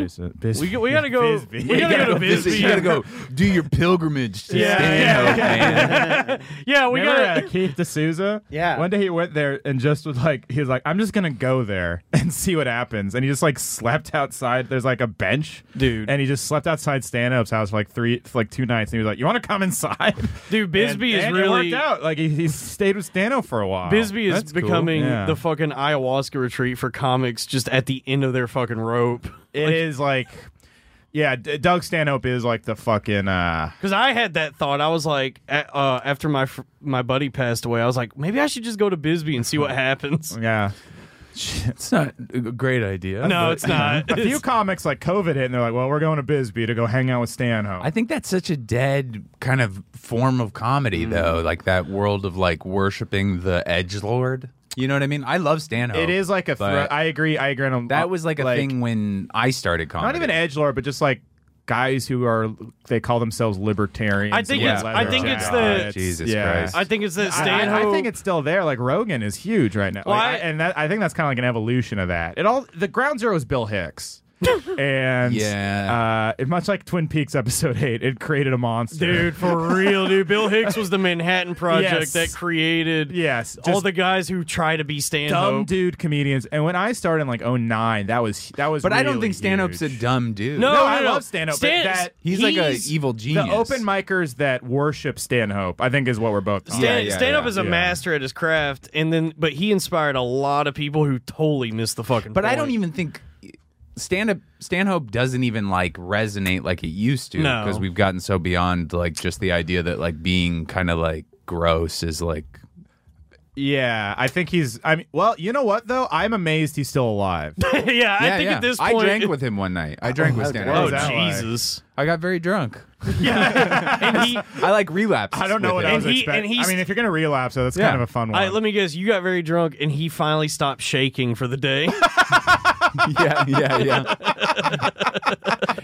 been to this place. Bisbee. we, we gotta go. Bisbee. We gotta go to Bisbee, Bisbee. You gotta go do your pilgrimage to <laughs> Yeah, Stanhope, man. Yeah, we Remember, gotta. uh, Keith D'Souza? Yeah. One day he went there and just was like, he was like, I'm just gonna go there <laughs> and see what happens. And he just like slept outside. There's like a bench, Dude. and he just slept outside Stan Up's house for like three, for like two nights. And he was like, You want to come <laughs> inside? Dude, Bisbee and, is and really. it worked out. Like he, he stayed with Stan Up for a while. Bisbee is That's cool. becoming Yeah. the fucking ayahuasca retreat for comics, just at the end of their fucking rope. It is like. Yeah, D- Doug Stanhope is like the fucking uh Because I had that thought. I was like, a- uh, after my fr- my buddy passed away, I was like, maybe I should just go to Bisbee and see what happens. <laughs> <laughs> yeah. It's not a great idea. No, but- <laughs> it's <laughs> not. A few comics like COVID hit and they're like, "Well, we're going to Bisbee to go hang out with Stanhope." I think that's such a dead kind of form of comedy, Mm. though. Like that world of like worshiping the edge lord. You know what I mean? I love Stanhope. it is like a thre- but I agree. I agree on that was like a thing when I started comedy. Not even edge lord, but just like guys who are they call themselves libertarians. I think and it's- I leather think it's jackets. the- Oh, Jesus Christ. I think it's that I- Stanhope. I, I think it's still there. Like Rogan is huge right now, Well, Like, I- I- and that, I think that's kind of like an evolution of that. It all the ground zero is Bill Hicks, and Yeah. uh, it, much like Twin Peaks episode <laughs> eight, it created a monster. <laughs> dude for real, dude. Bill Hicks was the Manhattan Project Yes. that created yes, just all the guys who try to be dumb Stanhope. dude comedians. And when I started in like 09, that was that was. But I don't really think Stanhope's a huge. dumb dude. No, No, no, I no. love stand-up, but Stan- that- he's, like an evil The genius. open micers that worship Stanhope, I think, is what we're both. on. Stan, yeah, Stanhope yeah, is a yeah. master at his craft, and then but he inspired a lot of people who totally missed the fucking. But I point. don't even think stand up Stanhope doesn't even like resonate like it used to No. because we've gotten so beyond like just the idea that like being kind of like gross is like Yeah, I think he's. I mean, well, you know what though? I'm amazed he's still <laughs> alive. <laughs> yeah, I think at this point, I drank with him one night. I drank with Stanhope. What oh was that like? <laughs> Jesus, I got very drunk. and he. I like relapsed. I don't know with what him. I was And he- and expecting. he's- I mean, if you're gonna relapse, though, that's Yeah. kind of a fun one. I, let me guess. You got very drunk, and he finally stopped shaking for <laughs> the day. yeah, yeah, yeah.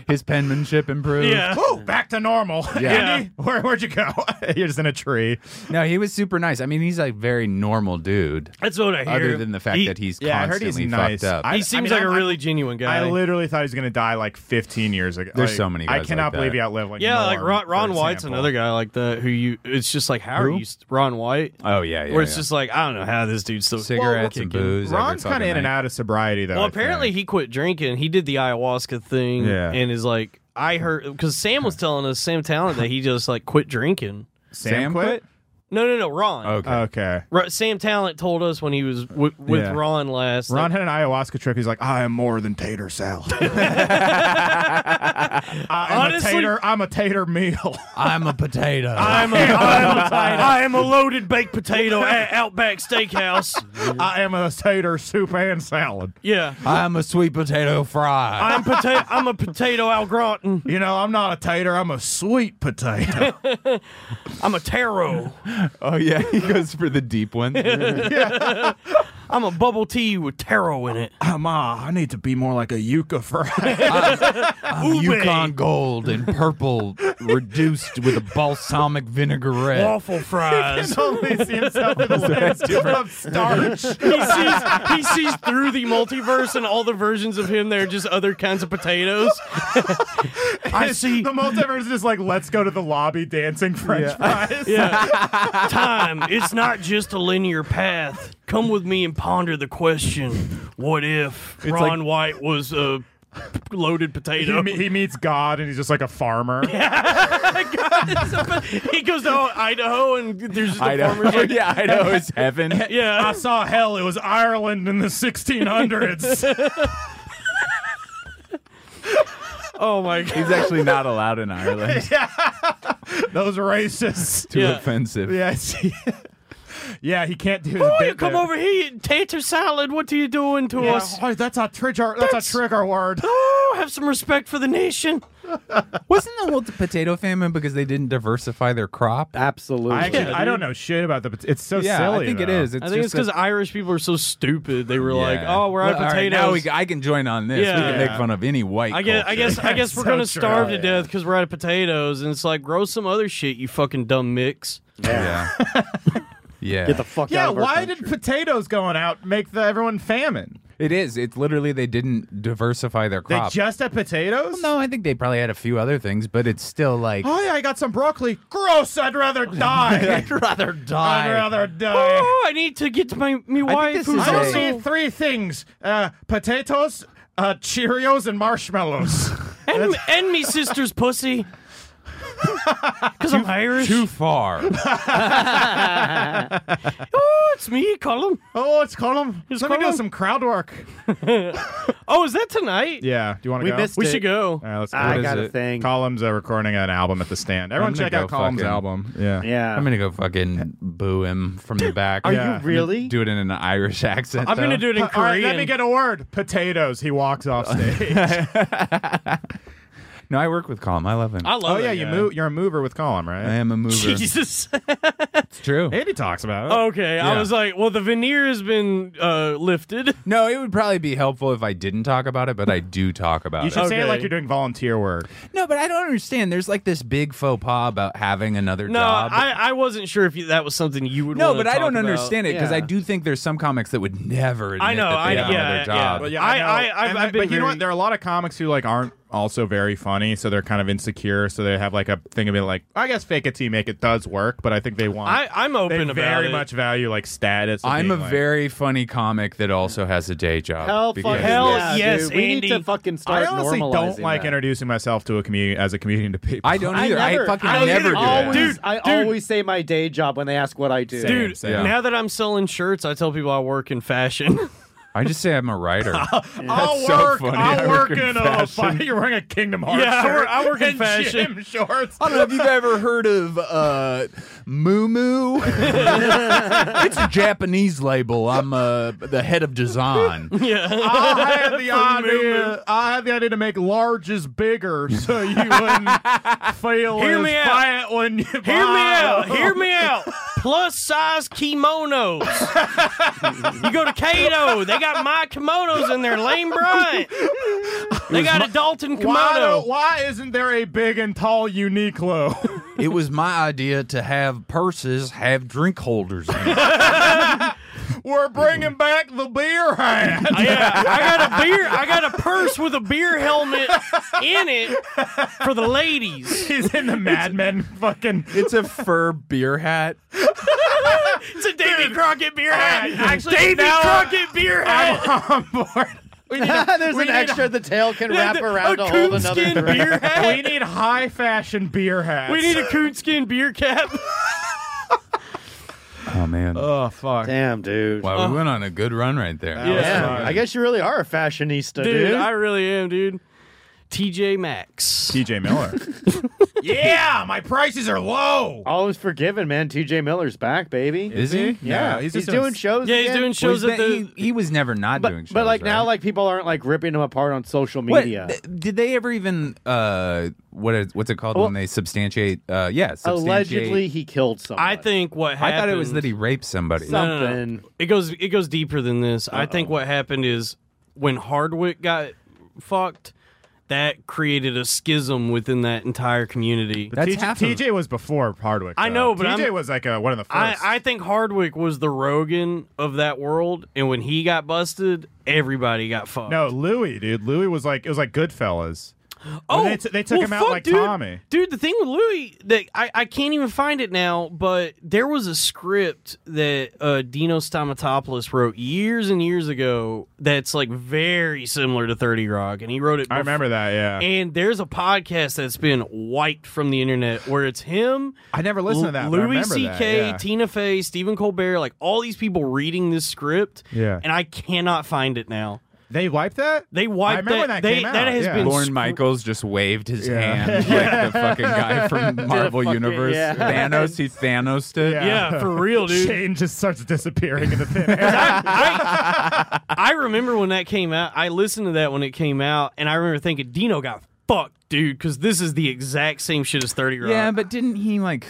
His penmanship improved. yeah, Woo, back to <laughs> normal. Yeah. Andy, where, where'd you go? <laughs> you're just in a tree. No, he was super nice. I mean, he's like very normal dude. that's what I hear. Other than the fact He- that he's Yeah, I heard he's constantly nice. fucked up. I- he seems mean, like I'm- a really genuine guy. I literally thought he was gonna die like 15 years ago. There's Like, so many I guys cannot like that. believe he outlived like yeah, like Norm, Ron, for Ron White's example. another guy like that who you. It's just like how are Who? you, st- Ron White? oh yeah, yeah. where it's yeah. just like I don't know how this dude's still cigarettes and kicking. booze. every Ron's kind fucking of in and night. out of sobriety though. Well, I think. apparently he quit drinking. He did the ayahuasca thing, Yeah. and is like I heard because Sam was telling us Sam Talent that he just like quit drinking. Sam quit. No, no, no, Ron. Okay. Okay. Ro- Sam Talent told us when he was w- with Yeah. Ron last. Ron had an ayahuasca trip. He's like, I am more than tater <laughs> <laughs> salad. I'm Honestly- a tater. I'm a tater meal. I'm a potato. <laughs> I'm <laughs> a, I'm a, I am a <laughs> loaded baked potato at Outback <laughs> Steakhouse. I am a tater soup and salad. Yeah, I'm a sweet potato fry. I'm potato. I'm a potato al gratin. You know, I'm not a tater. I'm a sweet <laughs> potato. I'm a taro. Oh yeah, he goes for the deep <laughs> one. I'm a bubble tea with taro in it. I'm uh, I need to be more like a yucca <laughs> fry. I'm Um, Yukon Gold and purple, reduced with a balsamic vinaigrette. Waffle fries. only see himself <laughs> in the last of starch. <laughs> he sees he sees through the multiverse and all the versions of him. They're just other kinds of potatoes. <laughs> I <laughs> see. <laughs> The multiverse is just like, let's go to the lobby dancing French <laughs> fries. Yeah. Time. It's not just a linear path. Come with me and ponder the question: What if Ron White was a loaded potato? He, me- he meets God and he's just like a farmer. <laughs> he goes to Idaho and there's just a farmer's Idaho, <laughs> like, yeah, Idaho is heaven. <laughs> <laughs> yeah. I saw hell. It was Ireland in the 1600s. Oh my god. He's actually not allowed in Ireland. Those racists. Too Yeah. offensive. Yes. yeah, he can't do his Oh, bit you come there. over here, eating tater salad. What are you doing to Yeah, us? oh, that's a trigger. That's, That's- a trigger word. Oh, have some respect for the nation. Wasn't the whole potato famine because they didn't diversify their crop? Absolutely. I actually, Yeah, I don't know shit about the. pot- It's so yeah, silly. I think it though. is. It's I think it's just because a- Irish people are so stupid. They were like, Yeah. "Oh, we're Well, out all of right, potatoes." now we, g- I can join on this. We Yeah. can make fun of any white. I guess, I guess, I guess we're So gonna true. starve to death because we're out of potatoes, and it's like, grow some other shit, you fucking dumb mix. <laughs> <laughs> Yeah. yeah. Get the fuck Yeah, out of our why country. did potatoes going out make the, everyone famine? it is. It's literally they didn't diversify their crop. They just had potatoes? no, I think they probably had a few other things, but it's still like Oh yeah, I got some broccoli. Gross! I'd rather die. rather I'd die. rather die. Oh, I need to get to my me wife this who's is I a- also Okay. only eat three things: uh, potatoes, uh, Cheerios, and marshmallows. and, and me <laughs> sister's pussy. Because I'm Irish. Too <laughs> far. Oh, it's me, Colin. oh, it's Colum. It's Let me Colum. do some crowd work. Oh, is that tonight? Yeah. Do you want to We go? missed We it. should go. All right, let's go. I What got is a it? thing. Columns uh, recording an album at the stand. Everyone I'm gonna check out go Columns' fucking- album. Yeah. yeah. I'm gonna go fucking boo him from the back. Are Yeah. you really? Do it in an Irish accent. I'm gonna though. do it in All Korean. right, let me get a word. Potatoes. He walks <laughs> off stage. No, I work with Colm. I love him. I love. oh yeah, that you guy. move. You're a mover with Colum, I right? am a <laughs> mover. <laughs> Jesus. It's true. Andy talks about it. okay, I Yeah. was like, well, the veneer has been uh, <laughs> lifted. No, it would probably be helpful if I didn't talk about it, but I do talk about You it. should say it Okay. like you're doing volunteer work. No, but I don't understand. There's like this big faux pas about having another No, job. I, I wasn't sure if you, that was something you would. no, wanna but I talk don't about. understand it because Yeah. I do think there's some comics that would never. Admit I That know, they I- have yeah, another yeah. job. Well, Yeah, I- know. I- I've- And I've that- been but you know very- what? There are a lot of comics who like aren't also very funny, so they're kind of insecure. So they have like a thing of it, like I guess fake it till you make it does work, but I think they want. I, I'm they open about very it. much value like status. of I'm a being, like- very funny comic that also has a day job. Hell, because- fuck Hell yeah, yes, dude. We need Andy. to fucking start I honestly don't normalizing like that. introducing myself to a comedian as a comedian to people. I <laughs> don't either. I, never- fucking I never do always- that. Dude, Dude, I dude. always say my day job when they ask what I do. Dude, Same, same. now that I'm selling shirts, I tell people I work in fashion. <laughs> I just say I'm a writer. I'll so work. funny. I'll I work, work in, in a. fashion. fi- <laughs> You're wearing a Kingdom Hearts. Yeah, I shirt work- I work in and fashion. gym <laughs> shorts. I don't know if you've ever heard of uh, Moo <laughs> Moo. it's a Japanese label. I'm uh, the head of design. yeah. I had the Moo. idea. I had the idea to make larges bigger, so you wouldn't feel Hear as me out. fat when you Hear me out. Hear me out. Plus size kimonos. you go to Kato, they got my kimonos in there. Lane Bryant. They got a Dalton Why, don't- kimono. why isn't there a big and tall Uniqlo? <laughs> It was my idea to have purses have drink holders in it. We're bringing back the beer <laughs> hat. Oh, Yeah, I got a beer. I got a purse with a beer helmet in it for the ladies. He's in the Mad Men fucking. <laughs> It's a fur beer hat. It's a Davy Crockett beer hat. I- Actually, Davy Crockett beer hat. I'm on board. <laughs> We need, a- <laughs> There's we an need a- extra the tail can wrap around to a hold another coonskin drink. beer <laughs> we hat. need high fashion beer hats. We need a coonskin beer cap. man. Oh fuck, Damn, dude. wow, we went on a good run right there. Yeah. Yeah, I guess you really are a fashionista, dude. dude, I really am, dude. TJ Maxx. TJ <laughs> Miller. yeah, my prices are low. All is forgiven, man. TJ Miller's back, baby. Is he? Yeah, he's, just doing, shows. yeah, he's again. doing shows Was at that- the. he, he was never not But, doing shows. but like now, right? like people aren't like ripping him apart on social What- media. th- did they ever even uh what is what's it called Well- when they substantiate uh yeah substantiate, Allegedly, he killed someone. I think what I happened. thought it was that he raped somebody. Some- No, no, no. something. It goes it goes deeper than this. I think what happened is when Hardwick got fucked, that created a schism within that entire community. That's TJ, half of- TJ was before Hardwick. I though. know, but TJ I'm- was like uh one of the I, first. I think Hardwick was the Rogan of that world, and when he got busted, everybody got fucked. no, Louis, dude. Louis was like it was like Goodfellas. oh, they t- they took well, him out fuck, like dude. Tommy. Dude, the thing with Louis that I, I can't even find it now, but there was a script that uh, Dino Stamatopoulos wrote years and years ago that's like very similar to Thirty Rock, and he wrote it. I remember that. Yeah, before- Oh, And there's a podcast that's been wiped from the internet where it's him, I never listened to that. but I Louis remember that, C.K., yeah. Tina Fey, Stephen Colbert, like all these people reading this script. Yeah. And I cannot find it now. They wiped that. They wiped I remember that- when that they- came out. that has yeah. been- Lorne Screw- Michaels just waved his Yeah. <laughs> hand like the fucking guy from Marvel fucking- Universe. yeah. Thanos, he Thanosed it. Yeah. Yeah, for <laughs> real, dude. Shane just starts disappearing into <laughs> thin air. I remember when that came out. I listened to that when it came out, and I remember thinking Dino got fucked, dude, because this is the exact same shit as Thirty Rock. Yeah, but didn't he like?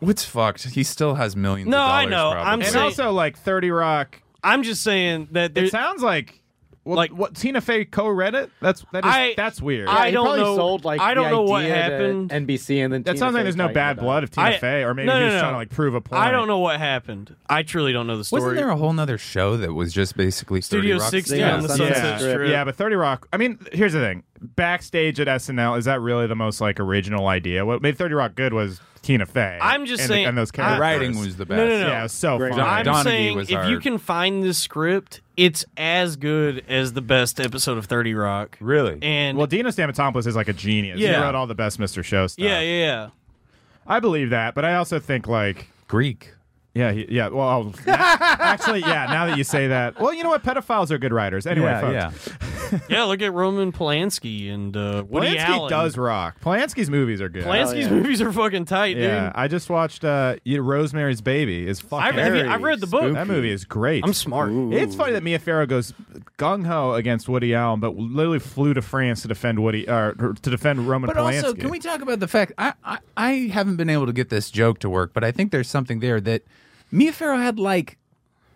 What's fucked? He still has millions. No, of I dollars, know. Probably. I'm and saying- also like Thirty Rock. I'm just saying that It there's. sounds like well, Like- like what Tina Fey co-read it. That's that is I- that's weird. I He don't probably know- Sold, like, I the don't know what idea to happened. NBC and then that Tina sounds Fey like there's no tightened bad it up. blood of Tina I- Fey, or maybe No, he no, was no. trying to like prove a point. I don't know what happened. I truly don't know the story. Wasn't there a whole nother show that was just basically 30 Studio Rock 60 style? on the Yeah. Sunset Yeah. Strip? Yeah, but Thirty Rock. I mean, here's the thing: backstage at SNL is that really the most like original idea? What made Thirty Rock good was Tina Fey. I'm just and the- saying- and those The The characters. writing was the best. no, no. yeah, it was so Great. fun. Don- I'm Donaghy saying was if our- you can find this script, it's as good as the best episode of Thirty Rock. Really? And well, Dino Stamatopoulos is like a genius. Yeah. He wrote all the best Mr. Show stuff. yeah, yeah, yeah. I believe that, but I also think like Greek. Yeah, he, yeah. Well, I'll- <laughs> actually, yeah. Now that you say that, well, you know what? Pedophiles are good writers. Anyway, yeah, folks. yeah. Yeah, look at Roman Polanski and uh, Woody Polanski Allen. does rock. Polanski's movies are good. Polanski's yeah. movies are fucking tight, yeah, dude. I just watched uh, you- Rosemary's Baby. Is I, fucking. have you- Very I read the book. that movie is great. I'm smart. It's funny that Mia Farrow goes gung ho against Woody Allen, but literally flew to France to defend Woody or to defend Roman But Polanski. also, can we talk about the fact I, I I haven't been able to get this joke to work, but I think there's something there that Mia Farrow had like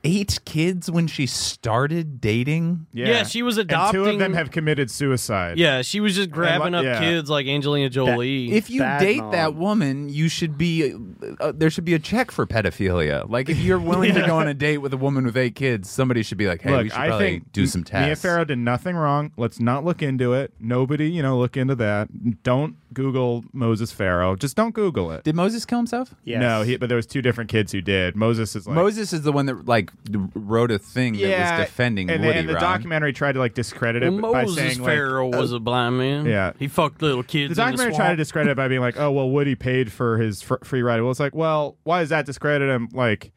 eight kids when she started dating. yeah. Yeah, she was And two adopting- of them have committed suicide. Yeah, she was just grabbing like- up yeah. kids like Angelina Jolie. If you Bad date mom. that woman, you should be uh, uh, there should be a check for pedophilia. Like if you're willing <laughs> to go on a date with a woman with eight kids, somebody should be like, "Hey, we Look, should I probably think do some Mia tests." Farrow did nothing wrong. Let's not look into it. Nobody, you know, look into that. Don't Google Moses Farrow. Just don't Google it. Did Moses kill himself? Yes. No, he, but there was two different kids who did. Moses is like Moses is the one that like d- wrote a thing yeah, that was defending and, the- Woody. and the Ron. documentary tried to like discredit it Well, by Moses saying like Pharaoh was a blind man. yeah. he fucked little kids. the in documentary swamp. tried to discredit it by being like, oh well, Woody paid for his fr- free ride. Well, it's like, well, why does that discredit him? Like.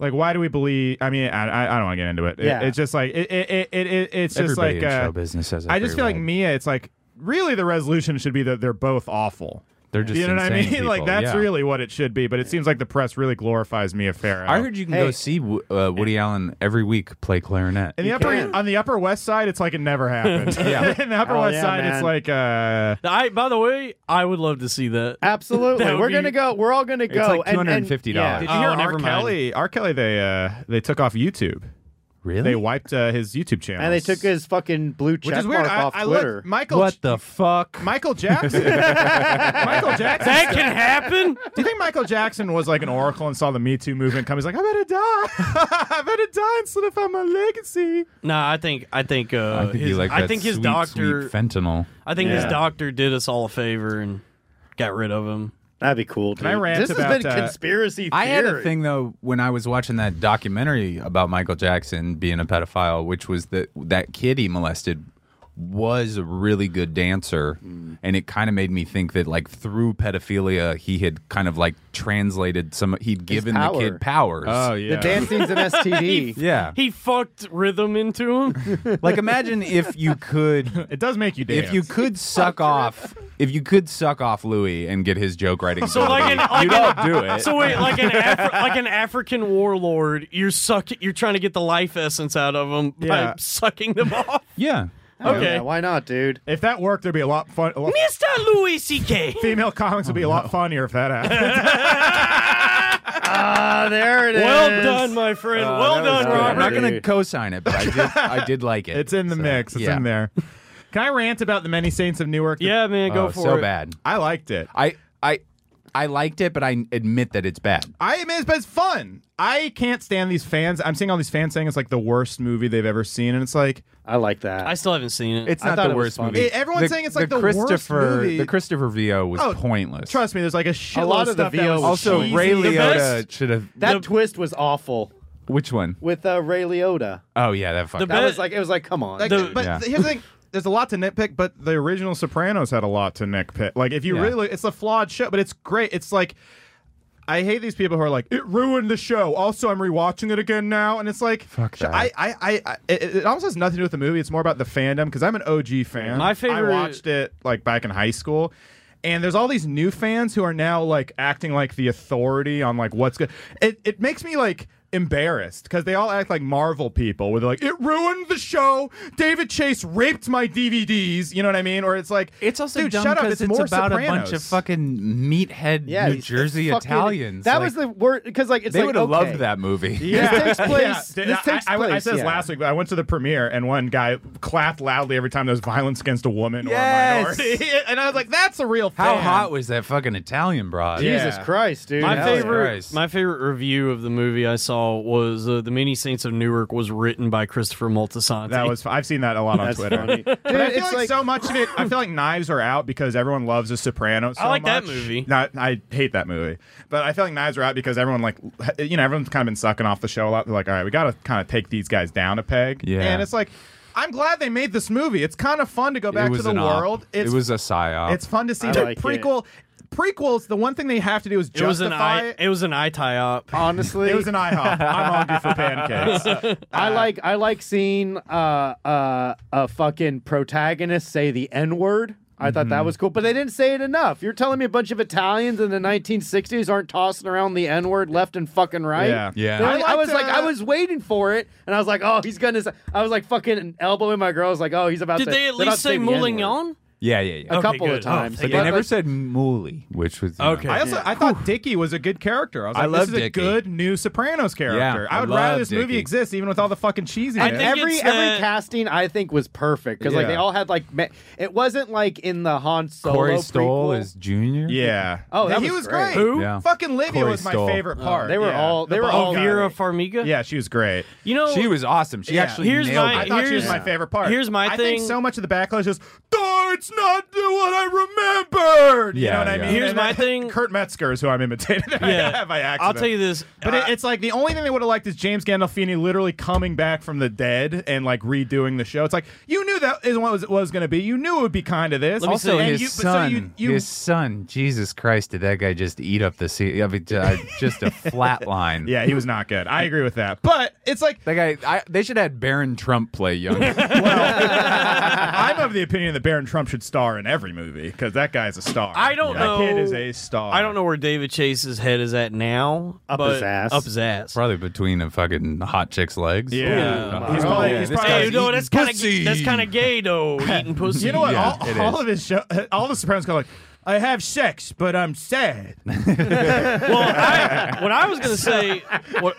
Like, why do we believe? I mean, I, I- I don't want to get into it. It- Yeah. It's just like it. It. It. it- it it's just Everybody like in uh, show business has. a I just free feel like ride. Mia. It's like really the resolution should be that they're both awful. They're just you know what I mean? <laughs> insane like people, that's yeah. really what it should be. But it seems like the press really glorifies Mia Farrow. I heard you can go Hey. see Wo- uh, Woody Allen every week play clarinet. in the upper on the Upper West Side, it's like it never happened. <laughs> <laughs> Yeah. in the Upper Hell West Oh, yeah, Side, it's man. like uh, I, by the way, I would love to see that. Absolutely. That would We're be- gonna go. We're all gonna go. like and- and- $250. yeah. Did you hear Oh, never R. mind. Kelly. R. Kelly they uh, they took off YouTube. Really? They wiped uh, his YouTube channel, And they took his fucking blue which check is weird. mark I, off I Twitter. looked Michael. what the fuck? Michael Jackson. <laughs> Michael Jackson. That can <laughs> happen. Do you think Michael Jackson was like an oracle and saw the Me Too movement come? He's like, I better die. <laughs> I better die and solidify my legacy. nah, I think I think uh, I think his, he like I that think his sweet, doctor. sweet fentanyl. I think his Yeah. doctor did us all a favor and got rid of him. That'd be cool. Dude. I rant this about, has been uh, conspiracy. Theory. I had a thing though when I was watching that documentary about Michael Jackson being a pedophile, which was that that kid he molested was a really good dancer, and it kind of made me think that like through pedophilia, he had kind of like translated some. He'd given the power. kid powers. Oh yeah. The dance scene's an STD. yeah. He fucked rhythm <laughs> into him. like imagine if you could It does make you dance. if you could suck off if you could suck off Louis and get his joke writing. So like an- ability, like you'd an- all do it. so wait, like <laughs> an Afri- like an African warlord, you're suck you're trying to get the life essence out of them Yeah. by sucking them off. yeah. Okay. Yeah, why not, dude? if that worked, there'd be a lot fun. A lot, Mr. Louis C.K. <laughs> female comics would be a lot funnier if <laughs> that happened. Ah, there it is. Well done, my friend. well that done, was good. I'm not Robert. going to co-sign it, but I did. I did like it. it's in the So, mix. It's yeah. in there. Can I rant about the many saints of Newark? Yeah, man, go Oh, for so it. bad. I liked it. I I I liked it, but I admit that it's bad. I admit it's, but it's fun. I can't stand these fans. I'm seeing all these fans saying it's like the worst movie they've ever seen, and it's like I like that. I still haven't seen it. It's I not thought the it was worst funny. movie. It- everyone's saying it's like the worst Christopher, movie. The Christopher VO was Oh, pointless. trust me, there's like a shitload lot of the stuff that VO was was Also, cheesy. Ray The Liotta best- should have. that twist was awful Which one? with uh, Ray Liotta. Oh yeah, that fucking. That But- was like it was like come on. Like, The- but Yeah. here's the thing. There's a lot to nitpick, but the original Sopranos had a lot to nitpick. Like, if you Yeah. really, it's a flawed show, but it's great. It's like, I hate these people who are like, it ruined the show. Also, I'm rewatching it again now, and it's like, Fuck sh- that. I, I, I, I it, it almost has nothing to do with the movie. It's more about the fandom because I'm an OG fan. My favorite- I watched it like back in high school. And there's all these new fans who are now like acting like the authority on like what's good. It it makes me like embarrassed because they all act like Marvel people where they're like, it ruined the show. David Chase raped my DVDs. You know what I mean? Or it's like It's also dude, dumb shut up. because It's, it's, more about a bunch Sopranos. of fucking meathead yeah, New these Jersey fucking- Italians. That Like, was the word because like it's they like, would have okay. loved that movie. <laughs> <laughs> Yeah. This takes place- Yeah. this I- takes I, I, I place, said this yeah. last week, but I went to the premiere and one guy clapped loudly every time there was violence against a woman Yes. or a minority. <laughs> and I was like, that's a real How fan. hot was that fucking Italian broad? Yeah. Jesus Christ, dude. my Hell yeah. favorite, Christ. my favorite review of the movie I saw was uh, "The Many Saints of Newark" was written by Christopher Moltisanti. That was. I've seen that a lot on That's Twitter. funny. But I Dude, feel it's like, like- so much of it. I feel like Knives Are Out because everyone loves The Sopranos. So I like that much. movie. No, I hate that movie. But I feel like Knives Are Out because everyone like you know everyone's kind of been sucking off the show a lot. They're like, all right, we got to kind of take these guys down a peg. Yeah. And it's like, I'm glad they made this movie. It's kind of fun to go back it was to the an op. world. It's It was a psyop. It's fun to see I the like it. prequel. Prequels, the one thing they have to do is it was an justify eye. It was an eye tie up. <laughs> Honestly, It was an IHOP. I'm hungry for pancakes. I Uh, like I like seeing uh, uh, a fucking protagonist say the N word. I thought Mm-hmm. that was cool, but they didn't say it enough. You're telling me a bunch of Italians in the 1960s aren't tossing around the N word left and fucking right? Yeah. Yeah. They're I like- I, liked, was like, uh, I was waiting for it, and I was like, oh, he's gonna. Say, I was like, fucking elbowing my girl. I was like, oh, he's about. Did to, they they're at about least to say the N-word. Moulignon? yeah, yeah, yeah. A Okay, couple good. of Oh, times, but thank they God. never like- said Mooley, which was you know, Okay. I also I thought Dickie was a good character. I was I like, love this is a Dickie. good new Sopranos character. Yeah, I would I love rather this movie Dickie. exist even with all the fucking cheesy. I in it. think every it's every that- casting I think was perfect because like Yeah. they all had like ma- it wasn't like in the Han Solo Corey Stoll prequel. is Junior. yeah. Oh, that he was was great. great. Who? Yeah. Fucking Livia Corey was my Stoll. favorite part. they were Yeah. all- they The were bald all guy. Vera Farmiga. Oh, Yeah, she was great. You know, she was awesome. She Yeah. actually Here's nailed my- it. I thought she was Here's- my favorite part. here's my I thing- think so much of the backlash is, "Duh, it's not the what I remembered. you Yeah, know what I yeah. mean? Here's And my that- thing- Kurt Metzger is who I'm imitating <laughs> Yeah. by accident. I'll tell you this, But it, it's like the only thing they would have liked is James Gandolfini literally coming back from the dead and like redoing the show. It's like you knew that is what was, was going to be. You knew it would be kind of this. Let me Also, say- and his you, but son, So you, you, his son, Jesus Christ, did that guy just eat up the sea? I mean, ju- <laughs> uh, just a flat line. yeah, he was not good. I agree with that. But <laughs> it's like That guy, I, they should have had Baron Trump play young. <laughs> I'm of the opinion that Baron Trump should star in every movie because that guy's a star. I don't know. That kid is a star. I don't know where David Chase's head is at now. Up but- his ass. Up his ass. probably between a fucking hot chick's legs. Yeah, Ooh. he's probably, he's This probably guy- no, that's kind of pussy. that's kind of <laughs> gay though. Eating pussy. You know what? Yeah, it all all is. of his show, all the Sopranos go like, I have sex, but I'm sad. Well, I, what I was gonna say. What,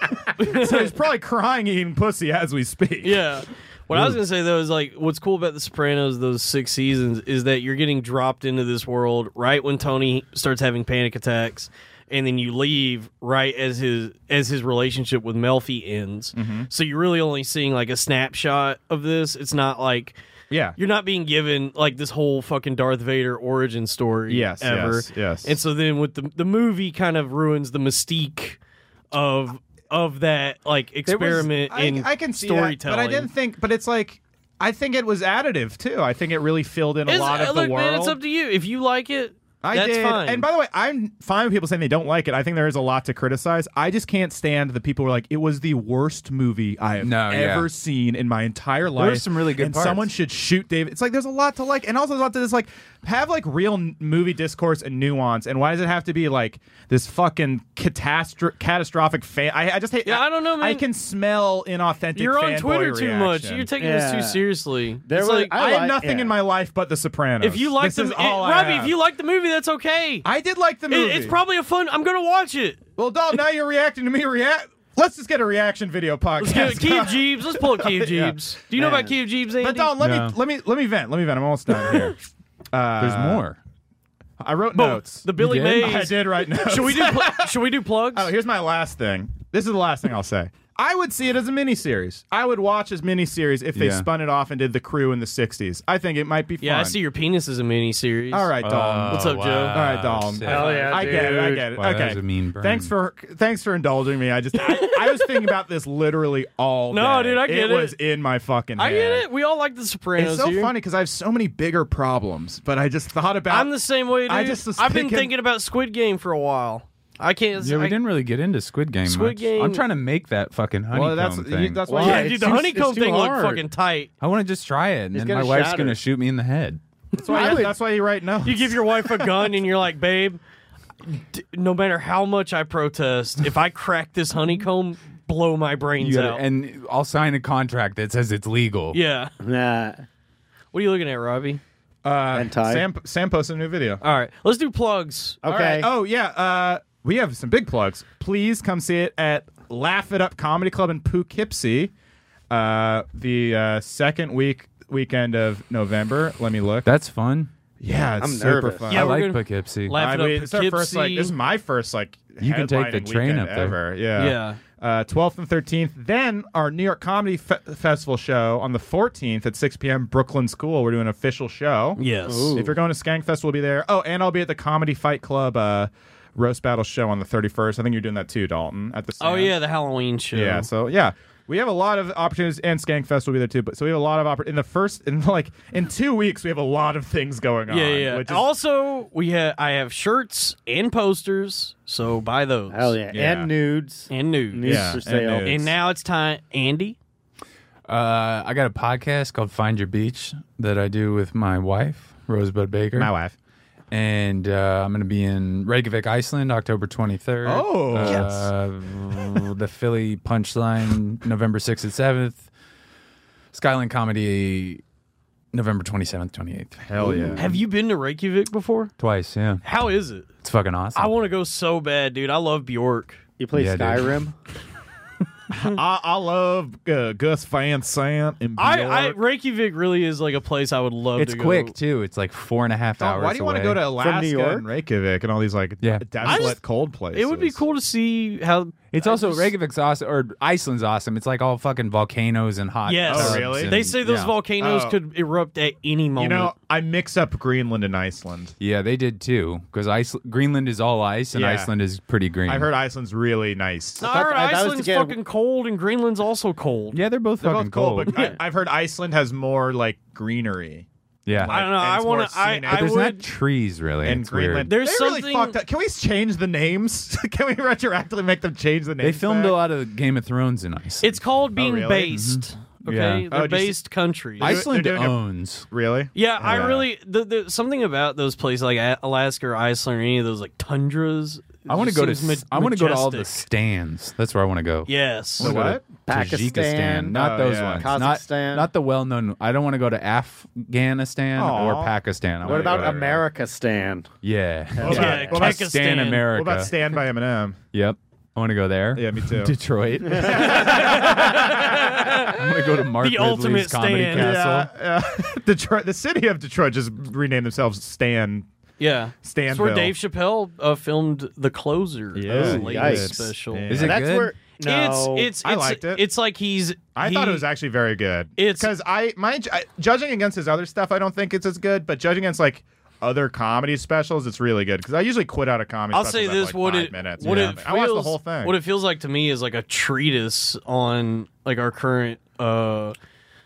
so he's probably crying eating pussy as we speak. yeah. What I was gonna say though is like, what's cool about The Sopranos those six seasons is that you're getting dropped into this world right when Tony starts having panic attacks, and then you leave right as his as his relationship with Melfi ends. Mm-hmm. So you're really only seeing like a snapshot of this. It's not like yeah. you're not being given like this whole fucking Darth Vader origin story. Yes, ever. yes, yes. And so then with the the movie kind of ruins the mystique of of that like There was- experiment I, in I can see that, storytelling. but I didn't think. But it's like I think it was additive too. I think it really filled in a lot of look, the world. man, it's up to you. If you like it, I that's did. fine. And by the way, I'm fine with people saying they don't like it. I think there is a lot to criticize. I just can't stand the people who are like, it was the worst movie I have No, yeah. ever seen in my entire life. were some really good And parts. someone should shoot David. It's like there's a lot to like, and also there's a lot to this like have like real n- movie discourse and nuance. And why does it have to be like this fucking catastro- catastrophic fan? I, I just hate. Yeah, I don't know, I man. can smell inauthentic. you're on fanboy Twitter too much. reaction. You're taking this Yeah. too seriously. There it's was- like, I, I have like- nothing yeah. in my life but The Sopranos. if you like this the is it- all I Robbie, have. if you like the movie, that's okay. I did like the It- movie. it's probably a fun. I'm gonna watch it. Well, Dom, now you're reacting to me. React. Let's just get a reaction video podcast. Let's do it. <laughs> Keith Jeeves. Let's pull up <laughs> Keith Yeah. Jeeves. Do you know about Man. Keith Jeeves, Andy? but Dom, let No. me let me let me vent. Let me vent. I'm almost done <laughs> here. Uh, There's more. I wrote Boom. notes. The Billy You did? Mays. I did write notes. <laughs> Should we do? Pl- should we do plugs? <laughs> Oh, here's my last thing. This is the last thing I'll say. I would see it as a miniseries. I would watch as miniseries if they Yeah. spun it off and did the crew in the '60s. I think it might be fun. yeah, I see Uh, your penis is a mini series. All right, Dom. What's up, Joe? All All right, Dom. Sick. Hell yeah, I get it. I dude. get it. Wow, that okay. was a mean burn. Thanks for thanks for indulging me. I just I, I was thinking about this literally all <laughs> No, day. dude, I get it. was in my fucking. I get head. it. We all like the Sopranos. It's so here. funny because I have so many bigger problems, but I just thought about. I'm the same way, dude. I just was I've been thinking- thinking about Squid Game for a while. I can't. Yeah, we I- didn't really get into Squid Game. Squid much. Game- I'm trying to make that fucking honeycomb well, that's thing. you, that's why. <laughs> Well, Yeah, it's dude, too- the honeycomb it's too thing looked hard. fucking tight. I want to just try it, and It's then my gonna wife's shatter. gonna shoot me in the head. that's why. that's why you write notes. You give your wife <laughs> a gun and you're like, babe, d- no matter how much I protest, if I crack this honeycomb, blow my brains You gotta- out. and I'll sign a contract that says it's legal. yeah. Nah. What are you looking at, Robbie? uh, And tie. Sam Sam posted a new video. All right, let's do plugs. Okay. All right. Oh yeah. Uh, we have some big plugs. Please come see it at Laugh It Up Comedy Club in Poughkeepsie, uh, the uh, second week weekend of November. Let me look. that's fun. yeah, it's I'm super nervous. fun. I Yeah, we're like gonna- Poughkeepsie. Laugh I it up, mean, it's our first like Poughkeepsie. this is my first like You can take the headlining train weekend up there. ever. Yeah, Yeah. Uh, 12th and 13th. Then our New York Comedy Fe- Festival show on the 14th at 6 p.m. Brooklyn School. We're doing an official show. Yes. If you're going to Skankfest, we'll be there. Oh, and I'll be at the Comedy Fight Club uh, roast battle show on the 31st. I think you're doing that too, Dalton. At the Oh Sands. yeah, the Halloween show. Yeah. So yeah, we have a lot of opportunities, and Skankfest will be there too. But so we have a lot of oppor- in the first in like in two weeks we have a lot of things going on. Yeah, yeah. Which is, also, we ha- I have shirts and posters, so buy those. Hell yeah. Yeah. And nudes. And nudes. Nudes Yeah, for and sale. nudes. And now it's time, Andy. Uh, I got a podcast called Find Your Beach that I do with my wife, Rosebud Baker. my wife. and uh, I'm going to be in Reykjavik, Iceland, October 23rd. Oh. uh, yes. <laughs> the Philly Punchline, November 6th and 7th. Skyline Comedy, November 27th, 28th. Hell yeah. Have you been to Reykjavik before? Twice, yeah. How is it? It's fucking awesome. I want to go so bad, dude. I love Bjork. You play Yeah, dude. <laughs> Skyrim? I, I love uh, Gus Van Sant and I, Bjork. I Reykjavik really is like a place I would love it's to go. quick, too. It's like four and a half Dom, hours. Oh, why do you want to away. go to Alaska York? and Reykjavik and all these like Yeah. I desolate just- cold places? It would be cool to see how. It's also Reykjavik's awesome, or Iceland's awesome. It's like all fucking volcanoes and hot. Yes. tubs Oh, really? and- They say those yeah. volcanoes Oh. could erupt at any You moment. know, I mix up Greenland and Iceland. Yeah, they did too. Because Iceland, Greenland is all ice, and Yeah. Iceland is pretty green. I heard Iceland's really nice. No, thought- I heard I- that was to Iceland's get- fucking cold and Greenland's also cold. Yeah, they're both They're fucking both cool, cold. but I, I've heard Iceland has more like greenery. <laughs> yeah, I don't and know. I it's wanna- more scenic. I- But I there's would- not trees really. and It's weird. Greenland. There's they really something- fucked up. Can we change the names? <laughs> Can we retroactively make them change the They names? filmed back? a lot of Game of Thrones in Iceland. It's called being Oh, really? based. Okay, Mm-hmm. Yeah. they're Oh, do you see- based countries. I- Iceland they're doing a- owns. Really? yeah, I Yeah. really the, the something about those places like A- Alaska or Iceland or any of those like tundras. I want to go to. s- I want to go to all the majestic. stands. That's where I want to go. Yes. The what? Tajikistan, Pakistan. not Oh, those yeah. ones. Kazakhstan. Not, not the well-known. I don't want to go to Afghanistan Aw. or Pakistan. I What wanna go about to- America Stan? Yeah. <laughs> What about- Yeah, what about Kazakhstan. Stan What America. about Stand by Eminem? Yep. I want to go there. Yeah, me <laughs> too. Detroit. <laughs> I want to go to Mark The Ridley's ultimate Comedy stand. Castle. Yeah, yeah. Detroit, the city of Detroit, just renamed themselves Stan. Yeah. That's where Stanville. Dave Chappelle uh, filmed The Closer. Yeah. his Oh, latest yikes. special. Yeah. Is it That's good? where. No. It's it's I it's, liked it. it's like he's I he- thought it was actually very good. It's- because I my I, judging against his other stuff, I don't think it's as good. But judging against like other comedy specials, it's really good. Because I usually quit out of comedy. I'll say specials at, this: like, what five it minutes. what Yeah. it feels, I watched the whole thing. What it feels like to me is like a treatise on like our current uh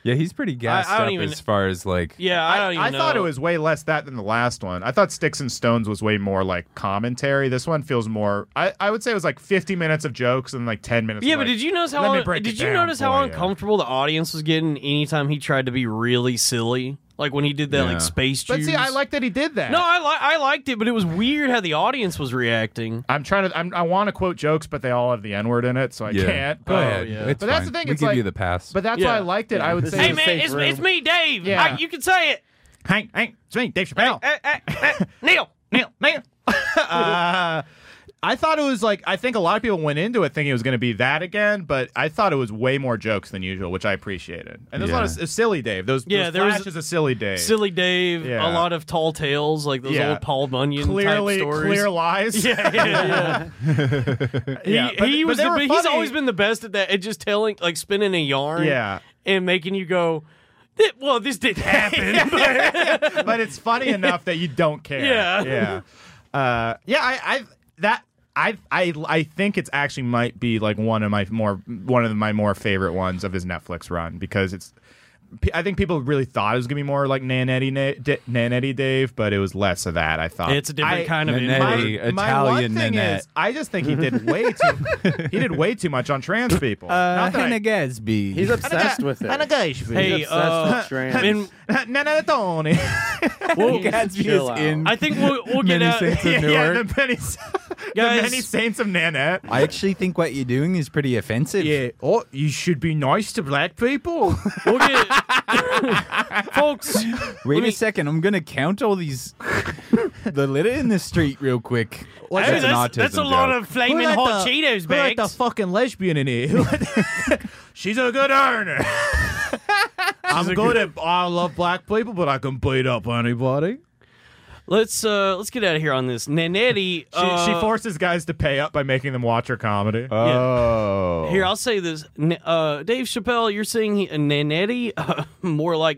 Yeah, he's pretty gassed I don't up even- as far as like. Yeah, I don't even I know. thought it was way less that than the last one. I thought Sticks and Stones was way more like commentary. This one feels more. I, I would say it was like 50 minutes of jokes and like 10 minutes. Yeah, of but like, did you notice how let me un- break it did you down notice how for you. uncomfortable the audience was getting anytime he tried to be really silly? Like when he did that Yeah. like space But juice. see, I like that he did that. No, I li- I liked it, but it was weird how the audience was reacting. I'm trying to. I'm, I want to quote jokes, but they all have the N word in it, so I yeah. can't. Go But, ahead. Oh, yeah. It's but that's the fine. thing. We it's give like, you the pass. But that's Yeah. why I liked it. I would say. Hey, Hey a man, safe it's, room. it's me, Dave. Yeah. I- you can say it. Hank, Hank, it's me, Dave Chappelle. Eh, eh, <laughs> eh, Neil, Neil, <laughs> Neil. uh, I thought it was like I think a lot of people went into it thinking it was going to be that again, but I thought it was way more jokes than usual, which I appreciated. And there's a lot of Yeah. s- silly Dave. Those Yeah, those there was- flashes of silly Dave. Silly Dave. Yeah. A lot of tall tales, like those Yeah. old Paul Bunyan clearly type stories. <laughs> clear lies. yeah, yeah, yeah. He, Yeah, but- he but was. they the- were but he's funny. always been the best at that. At just telling, like spinning a yarn. Yeah. and making you go. "Th- Well, <laughs> this didn't happen. but- but it's funny <laughs> enough that you don't care. Yeah. yeah, uh, yeah. I, I that I I I think it's actually might be like one of my more one of my more favorite ones of his Netflix run because it's. p- I think people really thought it was gonna be more like Nanetti Na- D- Nanetti Dave, but it was less of that. I thought it's a different I- kind of. Nanette. invite. Hey, My, my Italian one thing Nanette. is, I just think he did <laughs> way too. he did way too much on trans people. Uh, Not that I- Gatsby. <laughs> He's obsessed with it. Hey, He's obsessed uh, with trans. <laughs> and Nanette Tony. Gatsby <laughs> Chill is out. <laughs> in. I think we'll, we'll get Many out. saints <laughs> of yeah, <laughs> yeah, the Newark. many, the Guys. many saints of Nanette. I actually think what you're doing is pretty offensive. Oh, you should be nice to black <laughs> people. We'll get, <laughs> folks. Wait Let me- a second. I'm gonna count all these the litter in the street real quick. Hey, an that's, that's a autism lot joke. of flaming hot Cheetos bags. fucking lesbian in here? <laughs> She's a good earner. <laughs> I'm good, at. I love black people, but I can beat up anybody. let's uh, let's get out of here on this. Nanetti. She, uh, she forces guys to pay up by making them watch her comedy. Oh. Here, I'll say this. N- uh, Dave Chappelle, you're saying he, Nanetti? Uh, <laughs> more like.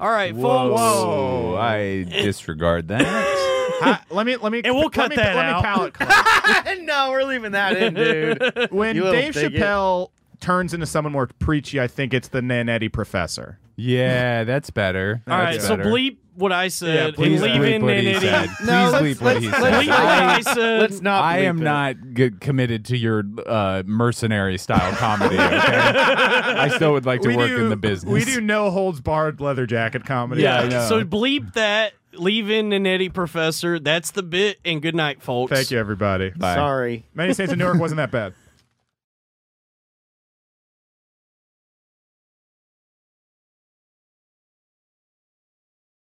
All right, folks. Whoa. I disregard that. Hi- let me let me <laughs> And we'll let cut me, that let out. Me <laughs> palate cleanse. no, we're leaving that in, dude. when You little Dave bigot. Chappelle turns into someone more preachy, I think it's the Nanetti professor. <laughs> yeah, that's better. All right, That's so better. bleep what I said Please and leave bleep in what he Nanetti. said. No, Please let's- bleep what let's- he said. Bleep let's what <laughs> I said. <laughs> Let's not. I bleep am it. not g- committed to your uh, mercenary style comedy. Okay? I still would like to work in the business. We do no holds barred leather jacket comedy. Yeah, I know. So bleep that. Leave in Nanetti, Professor. That's the bit. And good night, folks. Thank you, everybody. Bye. Sorry. Many Saints of Newark wasn't that bad.